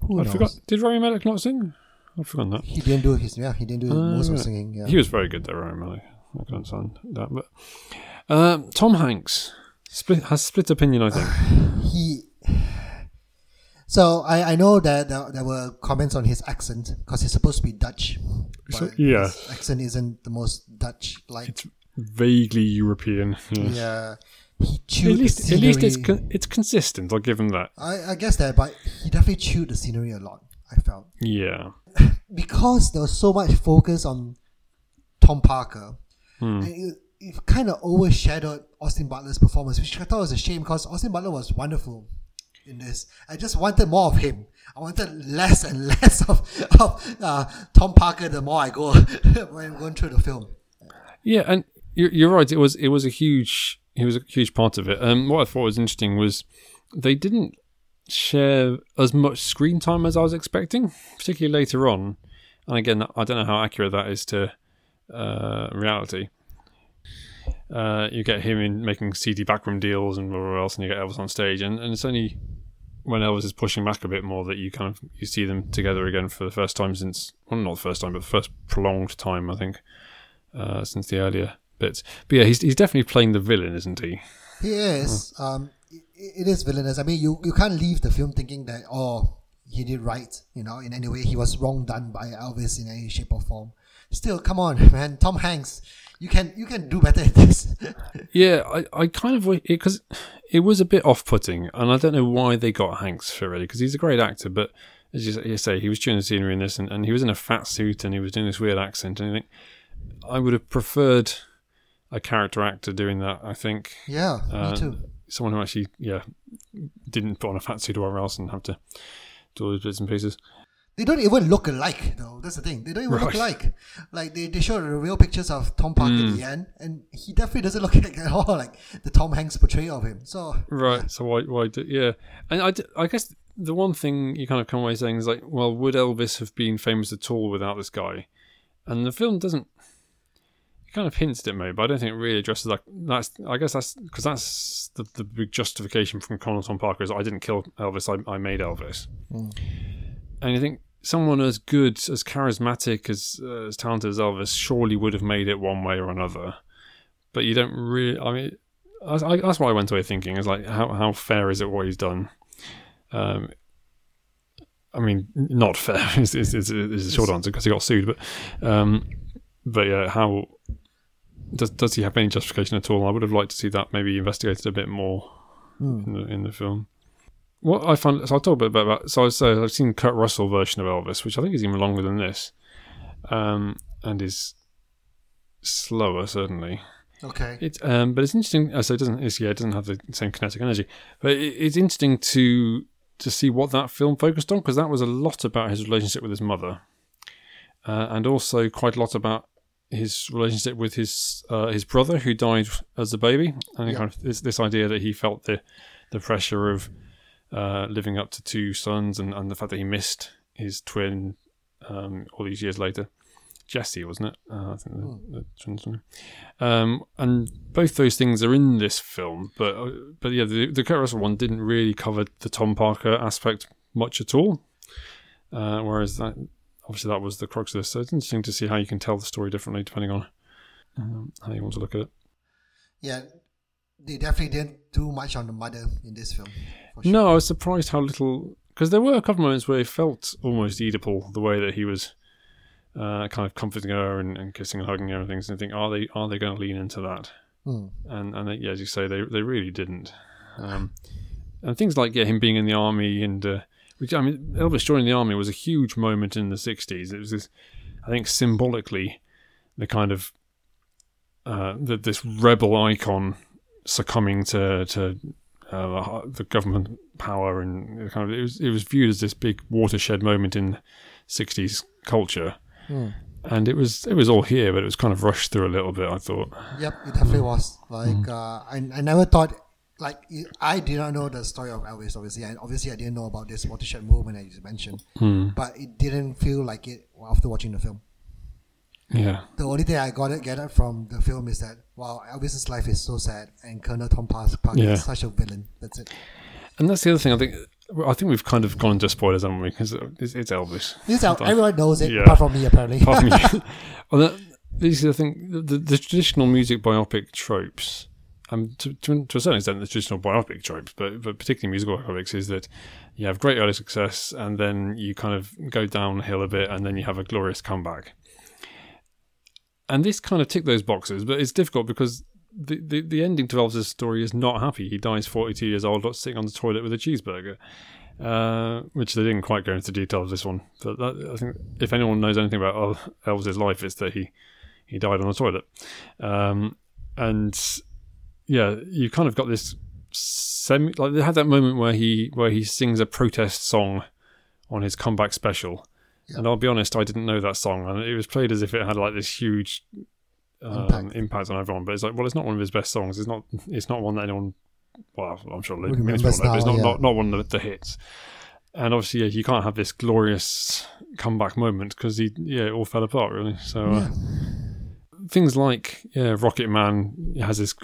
Speaker 2: who
Speaker 1: I
Speaker 2: knows?
Speaker 1: forgot. Did Rami Malek not sing? I've forgotten that.
Speaker 2: He didn't do his. Yeah, he didn't do most of
Speaker 1: right.
Speaker 2: singing. Yeah.
Speaker 1: Uh, He was very good there, Rami Malek. I can understand that. But um, Tom Hanks split, has split opinion. I think.
Speaker 2: he so I, I know that there, there were comments on his accent because he's supposed to be Dutch.
Speaker 1: So-
Speaker 2: but
Speaker 1: yeah.
Speaker 2: his accent isn't the most Dutch like.
Speaker 1: It's vaguely European. Yeah.
Speaker 2: Yeah, he chewed
Speaker 1: At least,
Speaker 2: the
Speaker 1: at least it's
Speaker 2: scenery.
Speaker 1: con- it's consistent. I'll give him that.
Speaker 2: I, I guess that, but he definitely chewed the scenery a lot. I felt
Speaker 1: Yeah.
Speaker 2: because there was so much focus on Tom Parker, and it, it kind of overshadowed Austin Butler's performance, which I thought was a shame because Austin Butler was wonderful in this. I just wanted more of him. I wanted less and less of, of uh, Tom Parker the more I go when going through the film.
Speaker 1: Yeah, and you're, you're right. It was it was a huge it was a huge part of it. Um, what I thought was interesting was they didn't share as much screen time as I was expecting, particularly later on. And again, I don't know how accurate that is to uh, reality. Uh, you get him in making seedy backroom deals and whatever else, and you get Elvis on stage, and, and it's only when Elvis is pushing back a bit more that you kind of you see them together again for the first time since well, not the first time, but the first prolonged time, I think uh, since the earlier bits. But yeah, he's, he's definitely playing the villain, isn't he?
Speaker 2: He is.
Speaker 1: Mm.
Speaker 2: Um, it, it is villainous. I mean, you, you can't leave the film thinking that, oh, he did right, you know, in any way. He was wrong done by Elvis in any shape or form. Still, come on, man. Tom Hanks, you can you can do better at this.
Speaker 1: Yeah, I, I kind of because it was a bit off-putting, and I don't know why they got Hanks for it really because he's a great actor, but as you, s- you say, he was doing the scenery in this, and, and he was in a fat suit, and he was doing this weird accent, and I think I would have preferred a character actor doing that. I think
Speaker 2: yeah,
Speaker 1: Uh,
Speaker 2: me too.
Speaker 1: someone who actually yeah didn't put on a fat suit or whatever else and have to do all those bits and pieces.
Speaker 2: They don't even look alike, though. That's the thing. They don't even look
Speaker 1: Right.
Speaker 2: alike. Like, they, they show the real pictures of Tom Parker at
Speaker 1: Mm.
Speaker 2: the end, and he definitely doesn't look like at all like the Tom Hanks portrayal of him. So,
Speaker 1: Right. So why why do yeah? And I, d- I guess the one thing you kind of come away saying is like, well, would Elvis have been famous at all without this guy? And the film doesn't. It kind of hints at it, maybe, but I don't think it really addresses that. That's I guess that's because that's the, the big justification from Conor Tom Parker is I didn't kill Elvis, I, I made Elvis. And you think someone as good, as charismatic, as uh, as talented as Elvis, surely would have made it one way or another. But you don't really. I mean, I, I, that's what I went away thinking is like how how fair is it what he's done, um, I mean, not fair is, is, is, is a short answer because he got sued. But, um, but yeah, how does does he have any justification at all? I would have liked to see that maybe investigated a bit more in, the, in the film. What I found, so I'll talk a bit about that. So I so I've seen Kurt Russell version of Elvis, which I think is even longer than this, um, and is slower certainly.
Speaker 2: Okay.
Speaker 1: It's um, but it's interesting. uh, So it doesn't. It's, yeah, it doesn't have the same kinetic energy. But it, it's interesting to to see what that film focused on because that was a lot about his relationship with his mother, uh, and also quite a lot about his relationship with his uh, his brother who died as a baby, and
Speaker 2: Yeah.
Speaker 1: kind of this, this idea that he felt the the pressure of uh, living up to two sons and, and the fact that he missed his twin um, all these years later. Jesse, wasn't it? Uh, I think the,
Speaker 2: Hmm.
Speaker 1: the twin's name. Um, and both those things are in this film, but uh, but yeah, the, the Kurt Russell one didn't really cover the Tom Parker aspect much at all. Uh, whereas that obviously that was the crux of this. So it's interesting to see how you can tell the story differently depending on um, how you want to look at it.
Speaker 2: Yeah, they definitely didn't do much on the mother in this film. For sure.
Speaker 1: No, I was surprised how little because there were a couple of moments where he felt almost Oedipal the way that he was uh, kind of comforting her and, and kissing and hugging her and things. And I think are they are they going to lean into that?
Speaker 2: Hmm.
Speaker 1: and and they, yeah, as you say, they they really didn't. Um, and things like yeah, him being in the army and uh, which I mean, Elvis joining the army was a huge moment in the '60s. It was this, I think, symbolically, the kind of uh, the, this rebel icon succumbing to to uh, the ho- the government power and it kind of it was it was viewed as this big watershed moment in '60s culture.
Speaker 2: Hmm.
Speaker 1: And it was it was all here, but it was kind of rushed through a little bit. I thought.
Speaker 2: Yep, it
Speaker 1: Mm.
Speaker 2: definitely was. Like, uh, I, I never thought, like, I did not know the story of Elvis, obviously. And obviously, I didn't know about this watershed movement I just mentioned.
Speaker 1: Hmm.
Speaker 2: But it didn't feel like it after watching the film.
Speaker 1: Yeah.
Speaker 2: The only thing I got it, get it from the film is that, wow, Elvis's life is so sad, and Colonel Tom Parker
Speaker 1: Yeah.
Speaker 2: is such a villain. That's it.
Speaker 1: And that's the other thing. I think I think we've kind of gone into spoilers, haven't we? Because it's, it's Elvis.
Speaker 2: This El- everyone knows it,
Speaker 1: Yeah.
Speaker 2: apart from me, apparently.
Speaker 1: Apart from you. well, that, this is the thing. The, the, traditional music biopic tropes, um, to, to, to a certain extent, the traditional biopic tropes, but, but particularly musical biopics, is that you have great early success and then you kind of go downhill a bit and then you have a glorious comeback. And this kind of ticked those boxes, but it's difficult because the, the, the ending to Elvis' story is not happy. He dies 42 years old, not sitting on the toilet with a cheeseburger uh, which they didn't quite go into detail of this one. But that, I think if anyone knows anything about El- Elvis's life, it's that he he died on the toilet. Um, and yeah, you kind of got this semi like they had that moment where he where he sings a protest song on his comeback special. And I'll be honest, I didn't know that song, and it was played as if it had like this huge um, impact.
Speaker 2: Impact.
Speaker 1: on everyone. But it's like, well, it's not one of his best songs. It's not. It's not one that anyone. Well, I'm sure Luke
Speaker 2: Remembers
Speaker 1: remembers now, but it's
Speaker 2: now,
Speaker 1: not,
Speaker 2: yeah.
Speaker 1: not not one of the hits. And obviously, yeah, you can't have this glorious comeback moment because he, yeah, it all fell apart really. So. Uh,
Speaker 2: Yeah.
Speaker 1: things like yeah, Rocket Man has this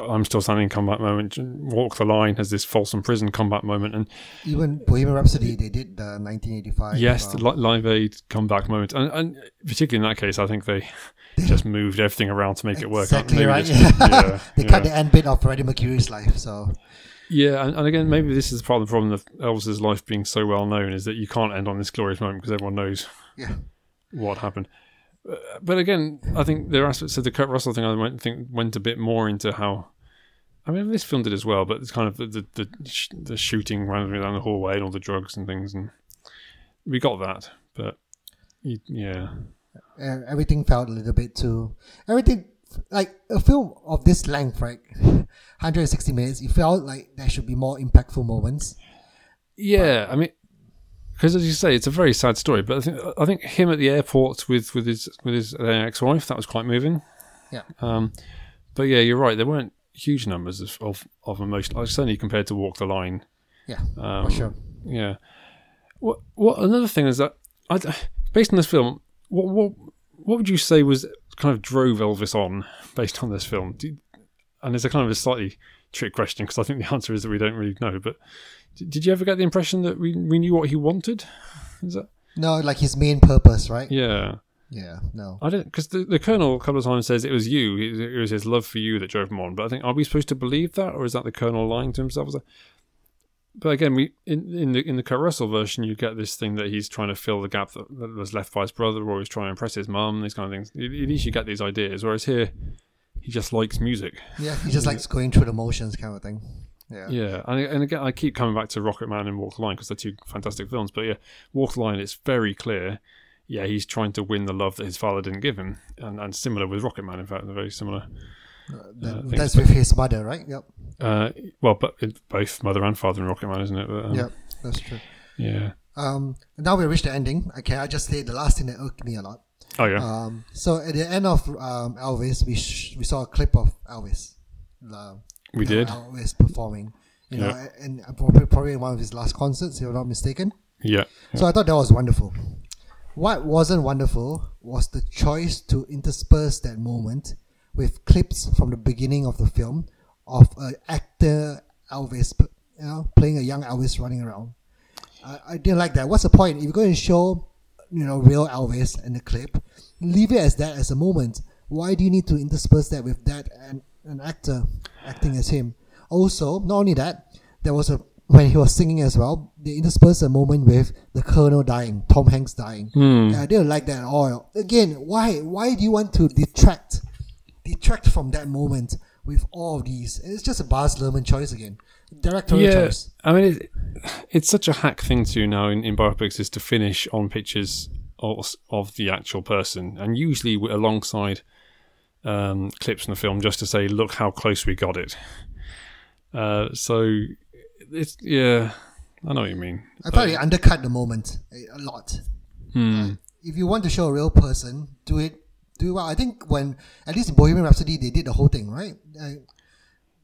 Speaker 1: I'm still standing combat moment. Walk the Line has this Folsom Prison combat moment, and
Speaker 2: Even Bohemian Rhapsody, they did the 1985.
Speaker 1: yes,
Speaker 2: uh,
Speaker 1: the Li- Live Aid comeback moment, and, and particularly in that case, I think they just moved everything around to make it work.
Speaker 2: Exactly
Speaker 1: Maybe
Speaker 2: right,
Speaker 1: just-
Speaker 2: yeah.
Speaker 1: yeah,
Speaker 2: they
Speaker 1: yeah.
Speaker 2: cut the end bit of Freddie Mercury's life, so
Speaker 1: Yeah, and, and again, maybe this is part of the problem of Elvis's life being so well known is that you can't end on this glorious moment because everyone knows
Speaker 2: yeah.
Speaker 1: what happened. Uh, But again, I think there are aspects of the Kurt Russell thing I went, think went a bit more into how. I mean, this film did as well, but it's kind of the the, the, sh- the shooting randomly down the hallway and all the drugs and things, and we got that. But y- yeah,
Speaker 2: Uh, everything felt a little bit too. Everything like a film of this length, right? 160 minutes. It felt like there should be more impactful moments.
Speaker 1: yeah. I mean, because as you say, it's a very sad story. But I think I think him at the airport with with his with his ex wife that was quite moving.
Speaker 2: Yeah.
Speaker 1: Um, but yeah, you're right. There weren't huge numbers of of, of emotional, certainly compared to Walk the Line.
Speaker 2: Yeah,
Speaker 1: Um,
Speaker 2: for sure.
Speaker 1: Yeah. What? What? Another thing is that, I, based on this film, what what what would you say was kind of drove Elvis on based on this film? Do, and it's a kind of a slightly trick question because I think the answer is that we don't really know. But d- did you ever get the impression that we we knew what he wanted? Is that
Speaker 2: No, like his main purpose, right?
Speaker 1: yeah?
Speaker 2: Yeah, no.
Speaker 1: I don't because the, the colonel a couple of times says it was you, it, it was his love for you that drove him on. But I think are we supposed to believe that, or is that the colonel lying to himself? Is that- But again, we in, in the in the Kurt Russell version, you get this thing that he's trying to fill the gap that, that was left by his brother, or he's trying to impress his mum. These kind of things. At least you get these ideas. Whereas here, he just likes music.
Speaker 2: Yeah, he just likes going through the motions kind of thing. Yeah.
Speaker 1: Yeah, and, and again, I keep coming back to Rocket Man and Walk the Line because they're two fantastic films. But yeah, Walk the Line, it's very clear. Yeah, he's trying to win the love that his father didn't give him, and, and similar with Rocket Man. In fact, they're very similar.
Speaker 2: That-
Speaker 1: I think
Speaker 2: that's with his mother, right? Yep.
Speaker 1: Uh, well, but it- both mother and father in Rocket Man, isn't it? But, um,
Speaker 2: Yep. That's true.
Speaker 1: Yeah.
Speaker 2: Um, now we reached the ending. Okay, I just say the last thing that irked me a lot.
Speaker 1: Oh yeah.
Speaker 2: Um, so at the end of um, Elvis, we sh- we saw a clip of Elvis. Uh,
Speaker 1: We did.
Speaker 2: Elvis performing. You know,
Speaker 1: Yeah.
Speaker 2: and probably, probably one of his last concerts, if I'm not mistaken.
Speaker 1: yeah.
Speaker 2: So I thought that was wonderful. What wasn't wonderful was the choice to intersperse that moment with clips from the beginning of the film of an actor Elvis, p- you know, playing a young Elvis running around. I, I didn't like that. What's the point? If you're going to show, you know, real Elvis in the clip, leave it as that as a moment. Why do you need to intersperse that with that and an actor acting as him? Also, not only that, there was a when he was singing as well, they interspersed a moment with the Colonel dying, Tom Hanks dying. Yeah, I didn't like that at all. Again, why why do you want to detract detract from that moment with all of these? It's just a Baz Luhrmann choice again, directorial choice.
Speaker 1: I mean, it, it's such a hack thing to do now in, in biopics is to finish on pictures of, of the actual person, and usually w- alongside um, clips in the film, just to say, "Look how close we got it." Uh, so it's yeah, I know what you mean.
Speaker 2: I thought it undercut the moment a a lot.
Speaker 1: Hmm.
Speaker 2: Uh, if you want to show a real person, do it. Do it well. I think when at least in Bohemian Rhapsody, they did the whole thing right. Uh,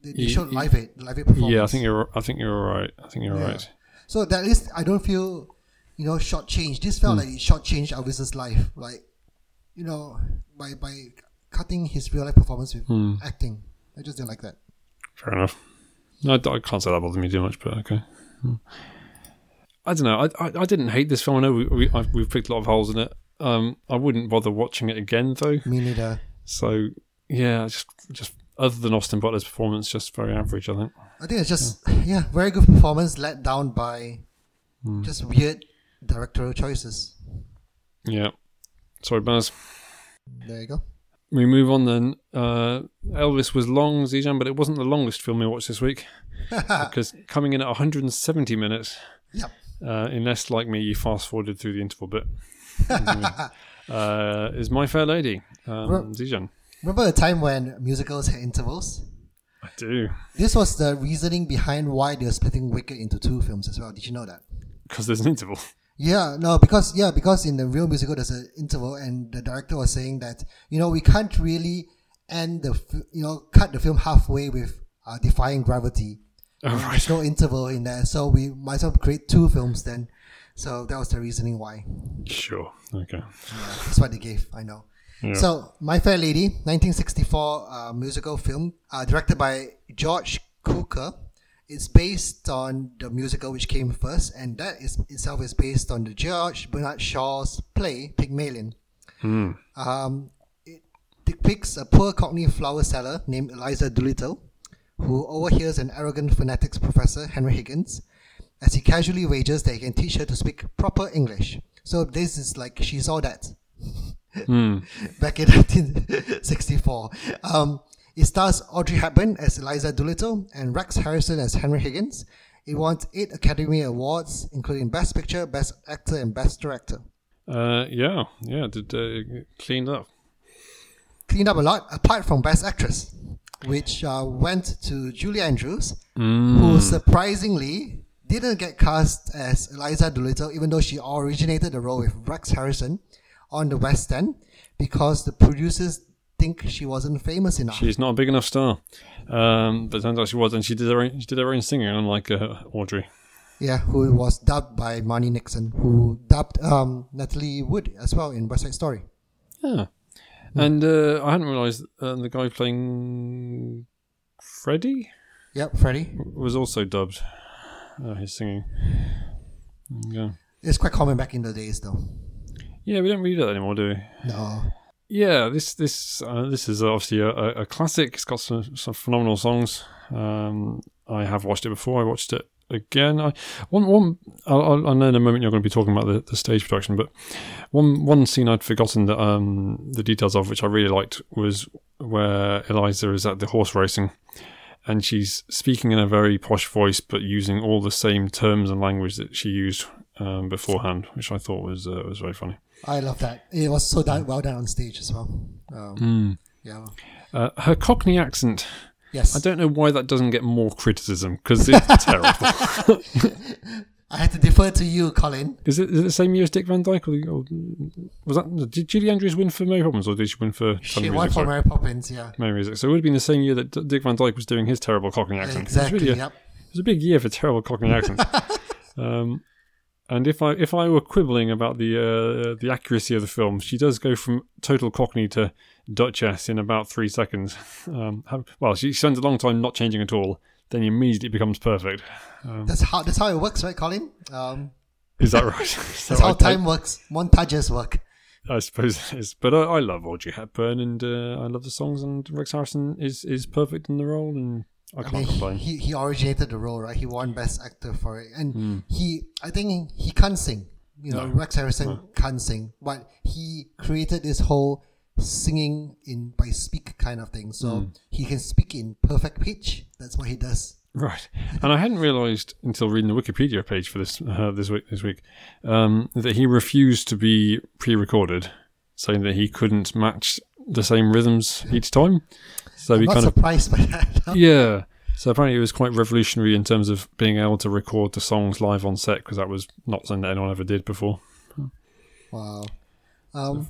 Speaker 2: they, they
Speaker 1: Ye-
Speaker 2: showed
Speaker 1: ye-
Speaker 2: live it, live it performance.
Speaker 1: Yeah, I think you're. I think you're right. I think you're
Speaker 2: Yeah.
Speaker 1: right.
Speaker 2: So that at least I don't feel, you know, shortchanged. This felt
Speaker 1: Hmm.
Speaker 2: like it shortchanged Elvis's life, like, you know, by by cutting his real life performance with
Speaker 1: Hmm.
Speaker 2: acting. I just didn't like that.
Speaker 1: Fair enough. No, I, I can't say that bothered me too much, but okay. Hmm. I don't know. I, I I didn't hate this film. I know we, we I've, we've picked a lot of holes in it. Um, I wouldn't bother watching it again though.
Speaker 2: Me neither.
Speaker 1: So yeah, I just just other than Austin Butler's performance, just very average. I think.
Speaker 2: I think it's just yeah, very good performance let down by
Speaker 1: Hmm.
Speaker 2: just weird directorial choices.
Speaker 1: Yeah. Sorry, Baz.
Speaker 2: There you go.
Speaker 1: We move on then. Uh, Elvis was long, Zijan, but it wasn't the longest film we watched this week because coming in at 170 minutes.
Speaker 2: Yep.
Speaker 1: Uh, unless, like me, you fast forwarded through the interval bit. uh, is My Fair Lady, um,
Speaker 2: Well-
Speaker 1: Zijan?
Speaker 2: Remember the time when musicals had intervals?
Speaker 1: I do
Speaker 2: This was the reasoning behind why they were splitting Wicked into two films as well. Did you know that?
Speaker 1: because there's an interval.
Speaker 2: Yeah, no, because yeah, because in the real musical there's an interval, and the director was saying that you know we can't really end the f- you know cut the film halfway with uh, defying gravity.
Speaker 1: Oh, right.
Speaker 2: There's no interval in there, so we might as well create two films then. So that was the reasoning why.
Speaker 1: Sure. Okay.
Speaker 2: That's what they gave. I know. So, My Fair Lady, 1964 uh, musical film, uh, directed by George Cooker. It's based on the musical which came first, and that is itself is based on the George Bernard Shaw's play Pygmalion. Um, it depicts a poor Cockney flower seller named Eliza Doolittle, who overhears an arrogant phonetics professor, Henry Higgins, as he casually wagers that he can teach her to speak proper English. So this is like she saw that back in 1964. Um, it stars Audrey Hepburn as Eliza Doolittle and Rex Harrison as Henry Higgins. It won eight Academy Awards, including Best Picture, Best Actor, and Best Director.
Speaker 1: Uh, yeah. Yeah. Did uh, cleaned up.
Speaker 2: Cleaned up a lot, apart from Best Actress, which uh, went to Julie Andrews, who surprisingly didn't get cast as Eliza Doolittle, even though she originated the role with Rex Harrison on the West End, because the producers think she wasn't famous enough.
Speaker 1: She's not a big enough star, um, but it turns out she was, and she did her own, she did her own singing, unlike uh, Audrey.
Speaker 2: Yeah, who was dubbed by Marnie Nixon, who dubbed um, Natalie Wood as well in West Side Story.
Speaker 1: Yeah. And uh, I hadn't realised uh, the guy playing Freddy
Speaker 2: Yep, Freddie.
Speaker 1: was also dubbed. Uh, his singing. Yeah.
Speaker 2: It's quite common back in the days, though.
Speaker 1: yeah, we don't really do that anymore, do we?
Speaker 2: No,
Speaker 1: Yeah, this this uh, this is obviously a, a, a classic. It's got some, some phenomenal songs. Um, I have watched it before. I watched it again. I one one. I'll, I'll, I know in a moment you're going to be talking about the, the stage production, but one one scene I'd forgotten that um the details of, which I really liked, was where Eliza is at the horse racing, and she's speaking in a very posh voice, but using all the same terms and language that she used um, beforehand, which I thought was uh, was very funny.
Speaker 2: I love that. It was so done, well done on stage as well.
Speaker 1: Hmm.
Speaker 2: Um, Yeah.
Speaker 1: Uh, her Cockney accent.
Speaker 2: Yes.
Speaker 1: I don't know why that doesn't get more criticism because it's terrible.
Speaker 2: I had to defer to you, Colin.
Speaker 1: Is it, is it the same year as Dick Van Dyke? Or, the- or was that did Julie Andrews win for Mary Poppins or did she win for Tony
Speaker 2: She
Speaker 1: Music?
Speaker 2: won for
Speaker 1: Sorry.
Speaker 2: Mary Poppins, yeah.
Speaker 1: Mary Music. So it would have been the same year that D- Dick Van Dyke was doing his terrible Cockney accent.
Speaker 2: Exactly.
Speaker 1: It was, really a,
Speaker 2: yep.
Speaker 1: it was a big year for terrible Cockney accents. um, and if I if I were quibbling about the uh, the accuracy of the film, she does go from total Cockney to Duchess in about three seconds. Um, have- well, she spends a long time not changing at all. Then immediately becomes perfect.
Speaker 2: That's how that's how it works, right, Colin? Um,
Speaker 1: Is that right? So
Speaker 2: that's
Speaker 1: I-
Speaker 2: how
Speaker 1: I-
Speaker 2: time works. Montages work.
Speaker 1: I suppose it is. But I, I love Audrey Hepburn and uh, I love the songs, and Rex Harrison is, is perfect in the role, and I
Speaker 2: I
Speaker 1: can't
Speaker 2: mean,
Speaker 1: complain.
Speaker 2: he, he originated the role, right? He won Best Actor for it, and
Speaker 1: Hmm.
Speaker 2: he I think he can't sing. You know, Rex Harrison can't sing, but he created this whole singing in by speak kind of thing. So
Speaker 1: Hmm.
Speaker 2: he can speak in perfect pitch. That's what he does.
Speaker 1: Right. And I hadn't realised until reading the Wikipedia page for this uh, this week this week um, that he refused to be pre-recorded, saying that he couldn't match the same rhythms each time. So he
Speaker 2: Not
Speaker 1: kind of
Speaker 2: surprised by that.
Speaker 1: yeah. So apparently it was quite revolutionary in terms of being able to record the songs live on set because that was not something that anyone ever did before.
Speaker 2: wow. Um,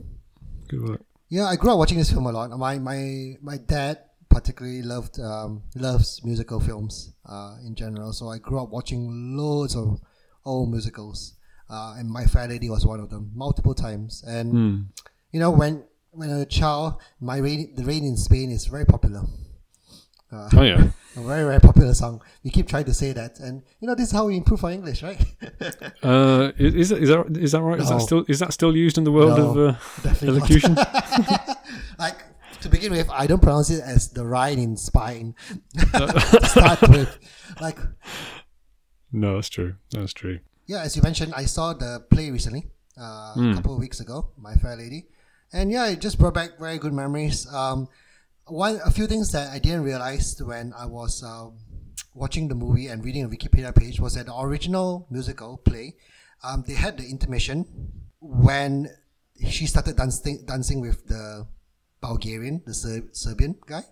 Speaker 1: Good work.
Speaker 2: Yeah, I grew up watching this film a lot. My my my dad particularly loved um, loves musical films uh, in general. So I grew up watching loads of old musicals, uh, and My Fair Lady was one of them, multiple times. And you know, when when a child, my rain, the rain in Spain is very popular.
Speaker 1: Oh yeah.
Speaker 2: A very very popular song. We keep trying to say that, and you know, this is how we improve our English, right?
Speaker 1: Uh, i- is that- is that is that right? Is
Speaker 2: No.
Speaker 1: that still is that still used in the world
Speaker 2: No,
Speaker 1: of uh,
Speaker 2: definitely not.
Speaker 1: elocution?
Speaker 2: like to begin with, I don't pronounce it as the Rhine in Spain. to start with, like
Speaker 1: no, that's true. That's true.
Speaker 2: yeah, as you mentioned, I saw the play recently, uh, a couple of weeks ago, My Fair Lady, and yeah, it just brought back very good memories. Um, one, a few things that I didn't realize when I was um, watching the movie and reading the Wikipedia page was that the original musical play, um, they had the intermission when she started dancing dancing with the Bulgarian, the Ser- Serbian guy.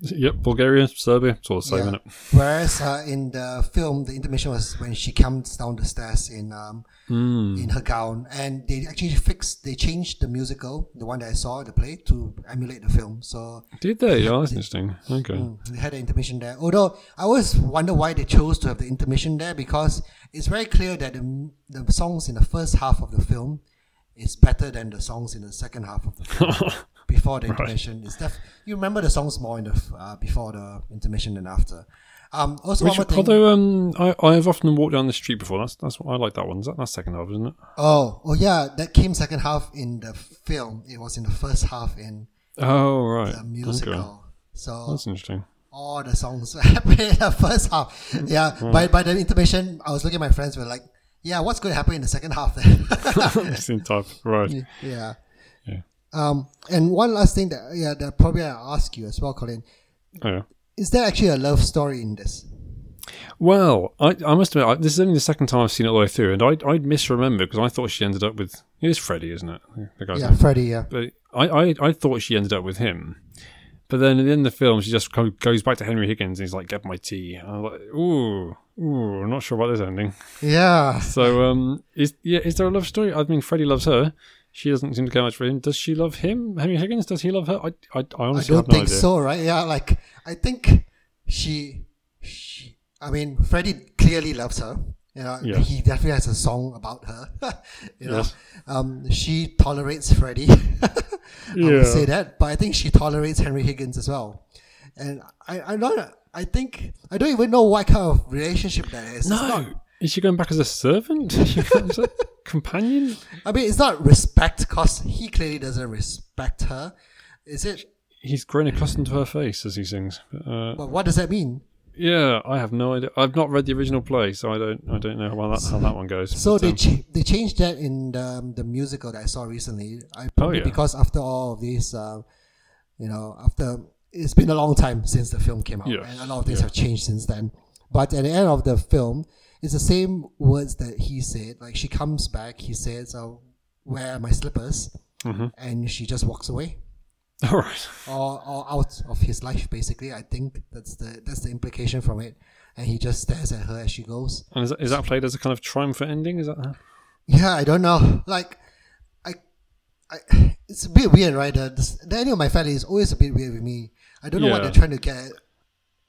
Speaker 1: Yep, Bulgaria, Serbia, it's all the same,
Speaker 2: Yeah.
Speaker 1: innit?
Speaker 2: Whereas uh, in the film, the intermission was when she comes down the stairs in um, in her gown, and they actually fixed, they changed the musical, the one that I saw, the play, to emulate the film. So
Speaker 1: Did they? Oh, that's interesting. Okay.
Speaker 2: they had an intermission there. Although I always wonder why they chose to have the intermission there, because it's very clear that the, the songs in the first half of the film is better than the songs in the second half of the film. before the intermission, it's def- you remember the songs more in the f- uh, before the intermission than after. Um, also,
Speaker 1: Which,
Speaker 2: one more thing.
Speaker 1: although um, I, I have often walked down the street before. That's that's what I like that one. Is that, that's second half, isn't it?
Speaker 2: Oh, oh yeah, that came second half in the film. It was in the first half in
Speaker 1: Oh right.
Speaker 2: the
Speaker 1: okay.
Speaker 2: musical. So
Speaker 1: That's interesting.
Speaker 2: all the songs happened in the first half. Yeah, by by the intermission, I was looking at my friends. Were like, yeah, what's going to happen in the second half? Then?
Speaker 1: It's in type. Right.
Speaker 2: yeah.
Speaker 1: Yeah.
Speaker 2: Um, and one last thing that yeah that probably I ask you as well, Colin.
Speaker 1: Oh, yeah.
Speaker 2: Is there actually a love story in this?
Speaker 1: Well, I, I must admit, I, this is only the second time I've seen it all the way through, and I I misremembered because I thought she ended up with it is Freddie, isn't it? The guy's
Speaker 2: Yeah, Freddie. Yeah.
Speaker 1: but I, I, I thought she ended up with him. But then in the film, she just co- goes back to Henry Higgins and he's like, "Get my tea." And I'm like, "Ooh, ooh, I'm not sure about this ending."
Speaker 2: Yeah.
Speaker 1: So, um, is yeah, is there a love story? I mean, Freddie loves her. She doesn't seem to care much for him. Does she love him, Henry Higgins? Does he love her? I, I, I
Speaker 2: I
Speaker 1: honestly
Speaker 2: don't
Speaker 1: have no
Speaker 2: think
Speaker 1: idea.
Speaker 2: so, right? Yeah, like I think she, she I mean, Freddie clearly loves her. You know,
Speaker 1: Yeah.
Speaker 2: he definitely has a song about her. you know,
Speaker 1: Yes.
Speaker 2: um, she tolerates Freddie. I
Speaker 1: Yeah.
Speaker 2: would say that, but I think she tolerates Henry Higgins as well. And I, I'm not. I think I don't even know what kind of relationship that is. It's not-
Speaker 1: No, is she going back as a servant? Is that companion?
Speaker 2: I mean, it's not respect because he clearly doesn't respect her. Is it?
Speaker 1: He's grown accustomed to her face as he sings. Uh,
Speaker 2: But what does that mean?
Speaker 1: Yeah, I have no idea. I've not read the original play, so I don't. I don't know how that how that one goes.
Speaker 2: So
Speaker 1: But,
Speaker 2: they
Speaker 1: um,
Speaker 2: ch- they changed that in the, um, the musical that I saw recently. I probably
Speaker 1: Oh, yeah.
Speaker 2: because after all of this, uh, you know, after it's been a long time since the film came out,
Speaker 1: Yes,
Speaker 2: and a lot of things
Speaker 1: yeah.
Speaker 2: have changed since then. But at the end of the film, it's the same words that he said. Like she comes back, he says, "Oh, where are my slippers?"
Speaker 1: Mm-hmm.
Speaker 2: And she just walks away,
Speaker 1: all right.
Speaker 2: or, or out of his life. Basically, I think that's the that's the implication from it. And he just stares at her as she goes.
Speaker 1: And is that, is that played as a kind of triumphant ending? Is that how-
Speaker 2: Yeah, I don't know. Like, I, I, it's a bit weird, right? Uh, this, the ending of my family is always a bit weird with me. I don't know what
Speaker 1: Yeah.
Speaker 2: they're trying to get. at.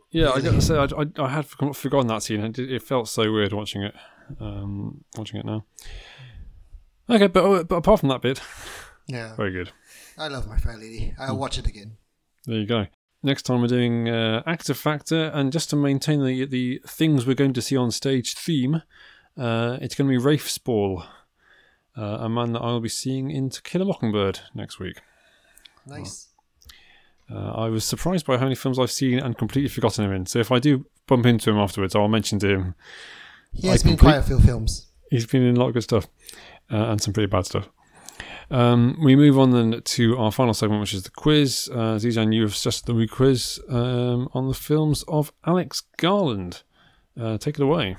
Speaker 1: Yeah, I gotta say, I, I, I had forg- forgotten that scene. It, it felt so weird watching it, um, watching it now. Okay, but uh, but apart from that bit,
Speaker 2: Yeah,
Speaker 1: very good.
Speaker 2: I love my fair lady.
Speaker 1: Hmm.
Speaker 2: I'll watch it again.
Speaker 1: There you go. Next time we're doing uh, active factor, and just to maintain the the things we're going to see on stage theme, uh, it's going to be Rafe Spall, uh, a man that I'll be seeing in To Kill a Mockingbird next week.
Speaker 2: Nice.
Speaker 1: Uh, I was surprised by how many films I've seen and completely forgotten him in. So if I do bump into him afterwards, I'll mention to him
Speaker 2: He has
Speaker 1: I
Speaker 2: been quite a few films.
Speaker 1: he's been in a lot of good stuff uh, and some pretty bad stuff. Um, we move on then to our final segment, which is the quiz. Uh, Zizan, you have suggested the week quiz um, on the films of Alex Garland. Uh, take it away.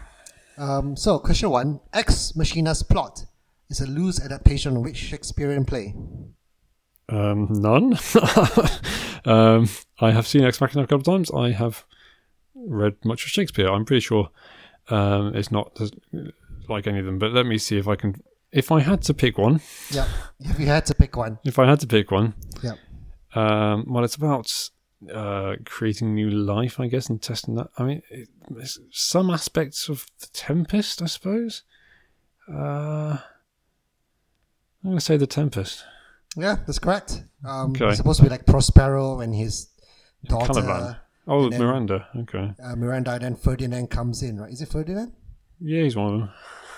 Speaker 2: Um, so, question one: Ex Machina's plot is a loose adaptation of which Shakespearean play?
Speaker 1: Um, none. um, I have seen Ex Machina a couple of times. I have read much of Shakespeare. I'm pretty sure um, it's not uh, like any of them. But let me see if I can. If I had to pick one,
Speaker 2: Yeah, if you had to pick one.
Speaker 1: if I had to pick one,
Speaker 2: Yeah.
Speaker 1: Um, well, it's about uh, creating new life, I guess, and testing that. I mean, it, it's some aspects of the Tempest, I suppose. Uh, I'm going to say the Tempest.
Speaker 2: Yeah, that's correct. Um,
Speaker 1: Okay.
Speaker 2: It's supposed to be like Prospero and his daughter
Speaker 1: Caliban. Oh,
Speaker 2: and then-
Speaker 1: Miranda. Okay.
Speaker 2: uh, Miranda, and then Ferdinand comes in, right? Is it Ferdinand?
Speaker 1: Yeah, he's one of them.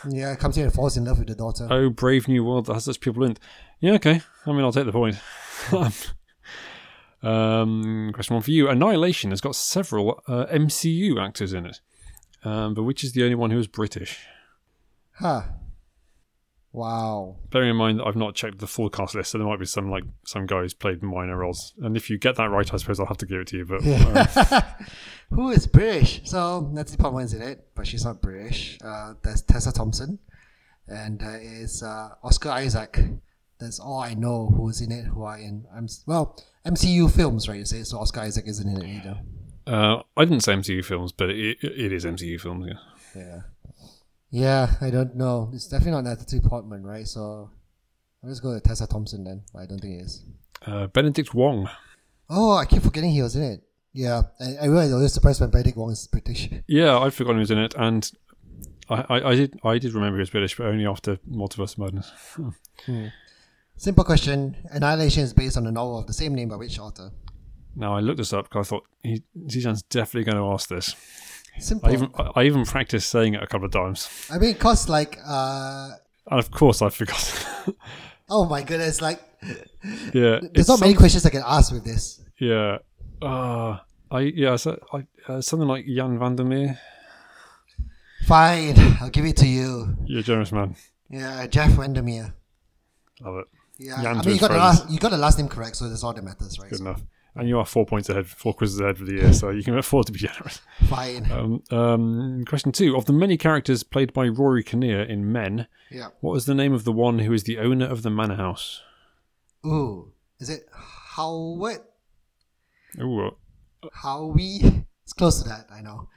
Speaker 2: Yeah, comes in and falls in love with the daughter.
Speaker 1: Oh, brave new world that has such people in. it. Yeah, okay. I mean, I'll take the point. um, question one for you: Annihilation has got several uh, MCU actors in it, um, but which is the only one who is British?
Speaker 2: Huh. Wow.
Speaker 1: bearing in mind that I've not checked the full cast list, so there might be some like some guy who's played minor roles. And if you get that right, I suppose I'll have to give it to you. But uh,
Speaker 2: Who is British? So Natalie Portman's in it, but she's not British. Uh, there's Tessa Thompson, and there is uh, Oscar Isaac. That's all I know. Who's in it? Who are in? I'm well MCU films, right? You say so. Oscar Isaac isn't in it either.
Speaker 1: uh, I didn't say MCU films, but it, it is MCU films. Yeah.
Speaker 2: Yeah. Yeah, I don't know. It's definitely not Natalie Portman, right? So I'll just go with Tessa Thompson then. But I don't think it is.
Speaker 1: Uh, Benedict Wong.
Speaker 2: Oh, I keep forgetting he was in it. Yeah, I, I realized I was surprised when Benedict Wong is British.
Speaker 1: Yeah, I'd forgotten he was in it, and I, I, I did I did remember he was British, but only after Multiverse of Madness.
Speaker 2: Simple question. Annihilation is based on a novel of the same name by which author?
Speaker 1: Now I looked this up because I thought he Zizan's definitely going to ask this.
Speaker 2: Simple.
Speaker 1: I
Speaker 2: I,
Speaker 1: even I, I even practiced saying it a couple of times,
Speaker 2: mean, cause like, uh,
Speaker 1: and of course I forgot.
Speaker 2: oh my goodness, like,
Speaker 1: yeah,
Speaker 2: there's not many questions I can ask with this.
Speaker 1: Yeah. Uh, I yeah, so, I, uh, something like Jan Vandermeer.
Speaker 2: Fine, I'll give it to you.
Speaker 1: You're a generous man.
Speaker 2: Yeah, Jeff Vandermeer.
Speaker 1: Love it.
Speaker 2: Yeah,
Speaker 1: Jan
Speaker 2: I
Speaker 1: to
Speaker 2: mean, you
Speaker 1: his
Speaker 2: got the
Speaker 1: friends.
Speaker 2: last, you got the last name correct, so that's all that matters, right?
Speaker 1: Good enough. And you are four points ahead, four quizzes ahead for the year, so you can afford to be generous.
Speaker 2: Fine.
Speaker 1: Um, um, question two: Of the many characters played by Rory Kinnear in Men,
Speaker 2: Yeah.
Speaker 1: what is the name of the one who is the owner of the manor house?
Speaker 2: Ooh, is it Howard?
Speaker 1: Ooh, uh,
Speaker 2: Howie? It's close to that. I know.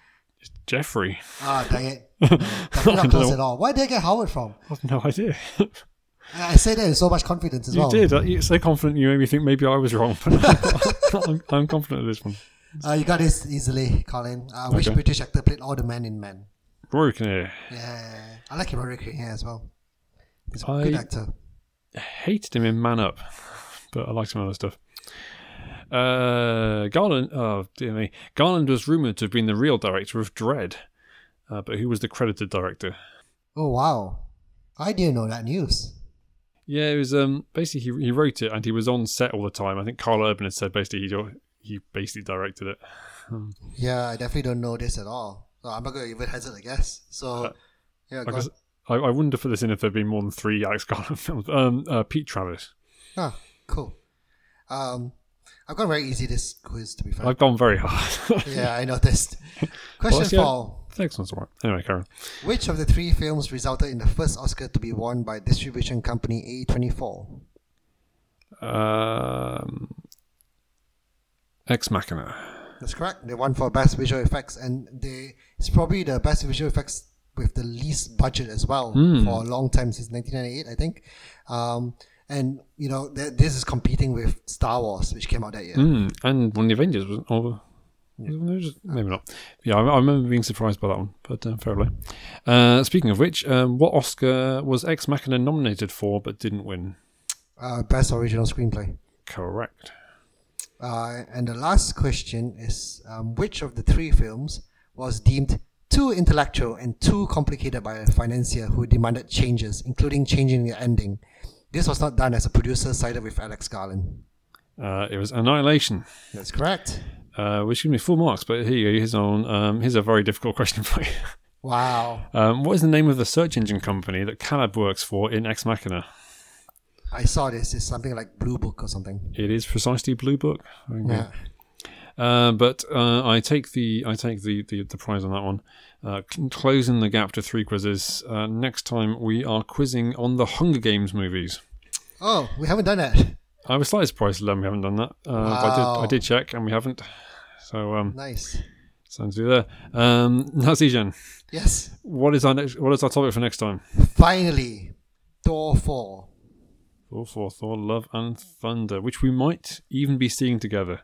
Speaker 1: Jeffrey.
Speaker 2: Ah, dang it. No, definitely
Speaker 1: I
Speaker 2: not close
Speaker 1: know.
Speaker 2: at all. Where did I get Howard from?
Speaker 1: I've no idea.
Speaker 2: I I say that with so much confidence as
Speaker 1: you
Speaker 2: well.
Speaker 1: did. Uh, You're so confident you made me think maybe I was wrong, but I'm, I'm confident of this one.
Speaker 2: Uh, you got this easily, Colin. Uh, which
Speaker 1: Okay.
Speaker 2: British actor played all the men in Men?
Speaker 1: Rory Kinnear.
Speaker 2: Yeah, I like him very here as well. He's a
Speaker 1: I-
Speaker 2: good actor.
Speaker 1: hated him in Man Up, but I liked some other stuff. Uh, Garland, oh dear me, Garland was rumored to have been the real director of Dread, uh, but who was the credited director?
Speaker 2: Oh wow, I didn't know that news.
Speaker 1: Yeah, it was um basically he, he wrote it and he was on set all the time. I think Carl Urban had said basically he he basically directed it.
Speaker 2: Yeah, I definitely don't know this at all. So I'm not going to even hazard a guess. So, yeah, go
Speaker 1: Like Uh, I,
Speaker 2: on.
Speaker 1: s- I, I wouldn't have put this in if there'd been more than three Alex Garland films. Um, uh, Pete Travis.
Speaker 2: Ah, cool. Um, I've gone very easy this quiz, to be fair.
Speaker 1: I've gone very hard.
Speaker 2: yeah, I noticed. Question
Speaker 1: What's your-
Speaker 2: four.
Speaker 1: Next one's alright. Anyway, Karen.
Speaker 2: Which of the three films resulted in the first Oscar to be won by distribution company A24?
Speaker 1: Um, Ex Machina.
Speaker 2: That's correct. They won for best visual effects, and they it's probably the best visual effects with the least budget as well for a long time since 1998, I think. Um, and you know th- this is competing with Star Wars, which came out that year.
Speaker 1: Mm, and one of the Avengers wasn't over. Maybe not. Yeah, I, I remember being surprised by that one, but uh, fair play. Uh, speaking of which, um, what Oscar was Ex Machina nominated for but didn't win?
Speaker 2: Uh, best original screenplay.
Speaker 1: Correct.
Speaker 2: Uh, and the last question is: um, Which of the three films was deemed too intellectual and too complicated by a financier who demanded changes, including changing the ending? This was not done as a producer sided with Alex Garland.
Speaker 1: Uh, it was Annihilation.
Speaker 2: That's correct.
Speaker 1: Uh, which gives me full marks, but here you go. Here's, on, um, here's a very difficult question for you.
Speaker 2: Wow,
Speaker 1: Um, what is the name of the search engine company that Caleb works for in Ex Machina?
Speaker 2: I saw this. It's something like Blue Book or something.
Speaker 1: It is precisely Blue Book. Very good.
Speaker 2: Yeah.
Speaker 1: Uh, but uh, I take the I take the, the, the prize on that one. Uh, cl- closing the gap to three quizzes. Uh, next time we are quizzing on the Hunger Games movies.
Speaker 2: Oh, we haven't done that.
Speaker 1: I was slightly surprised to learn we haven't done that. Uh, but I did
Speaker 2: Wow.
Speaker 1: I did check and we haven't. So um,
Speaker 2: Nice.
Speaker 1: sounds good there. Um, Nazijan,
Speaker 2: Yes.
Speaker 1: what is our next, what is our topic for next time?
Speaker 2: Finally, Thor four.
Speaker 1: Thor, Thor, Thor, Love and Thunder, which we might even be seeing together.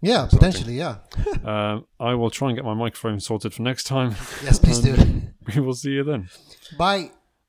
Speaker 2: Yeah, potentially. Yeah.
Speaker 1: Um, I will try and get my microphone sorted for next time.
Speaker 2: Um, Yes, please do.
Speaker 1: we will see you then.
Speaker 2: Bye.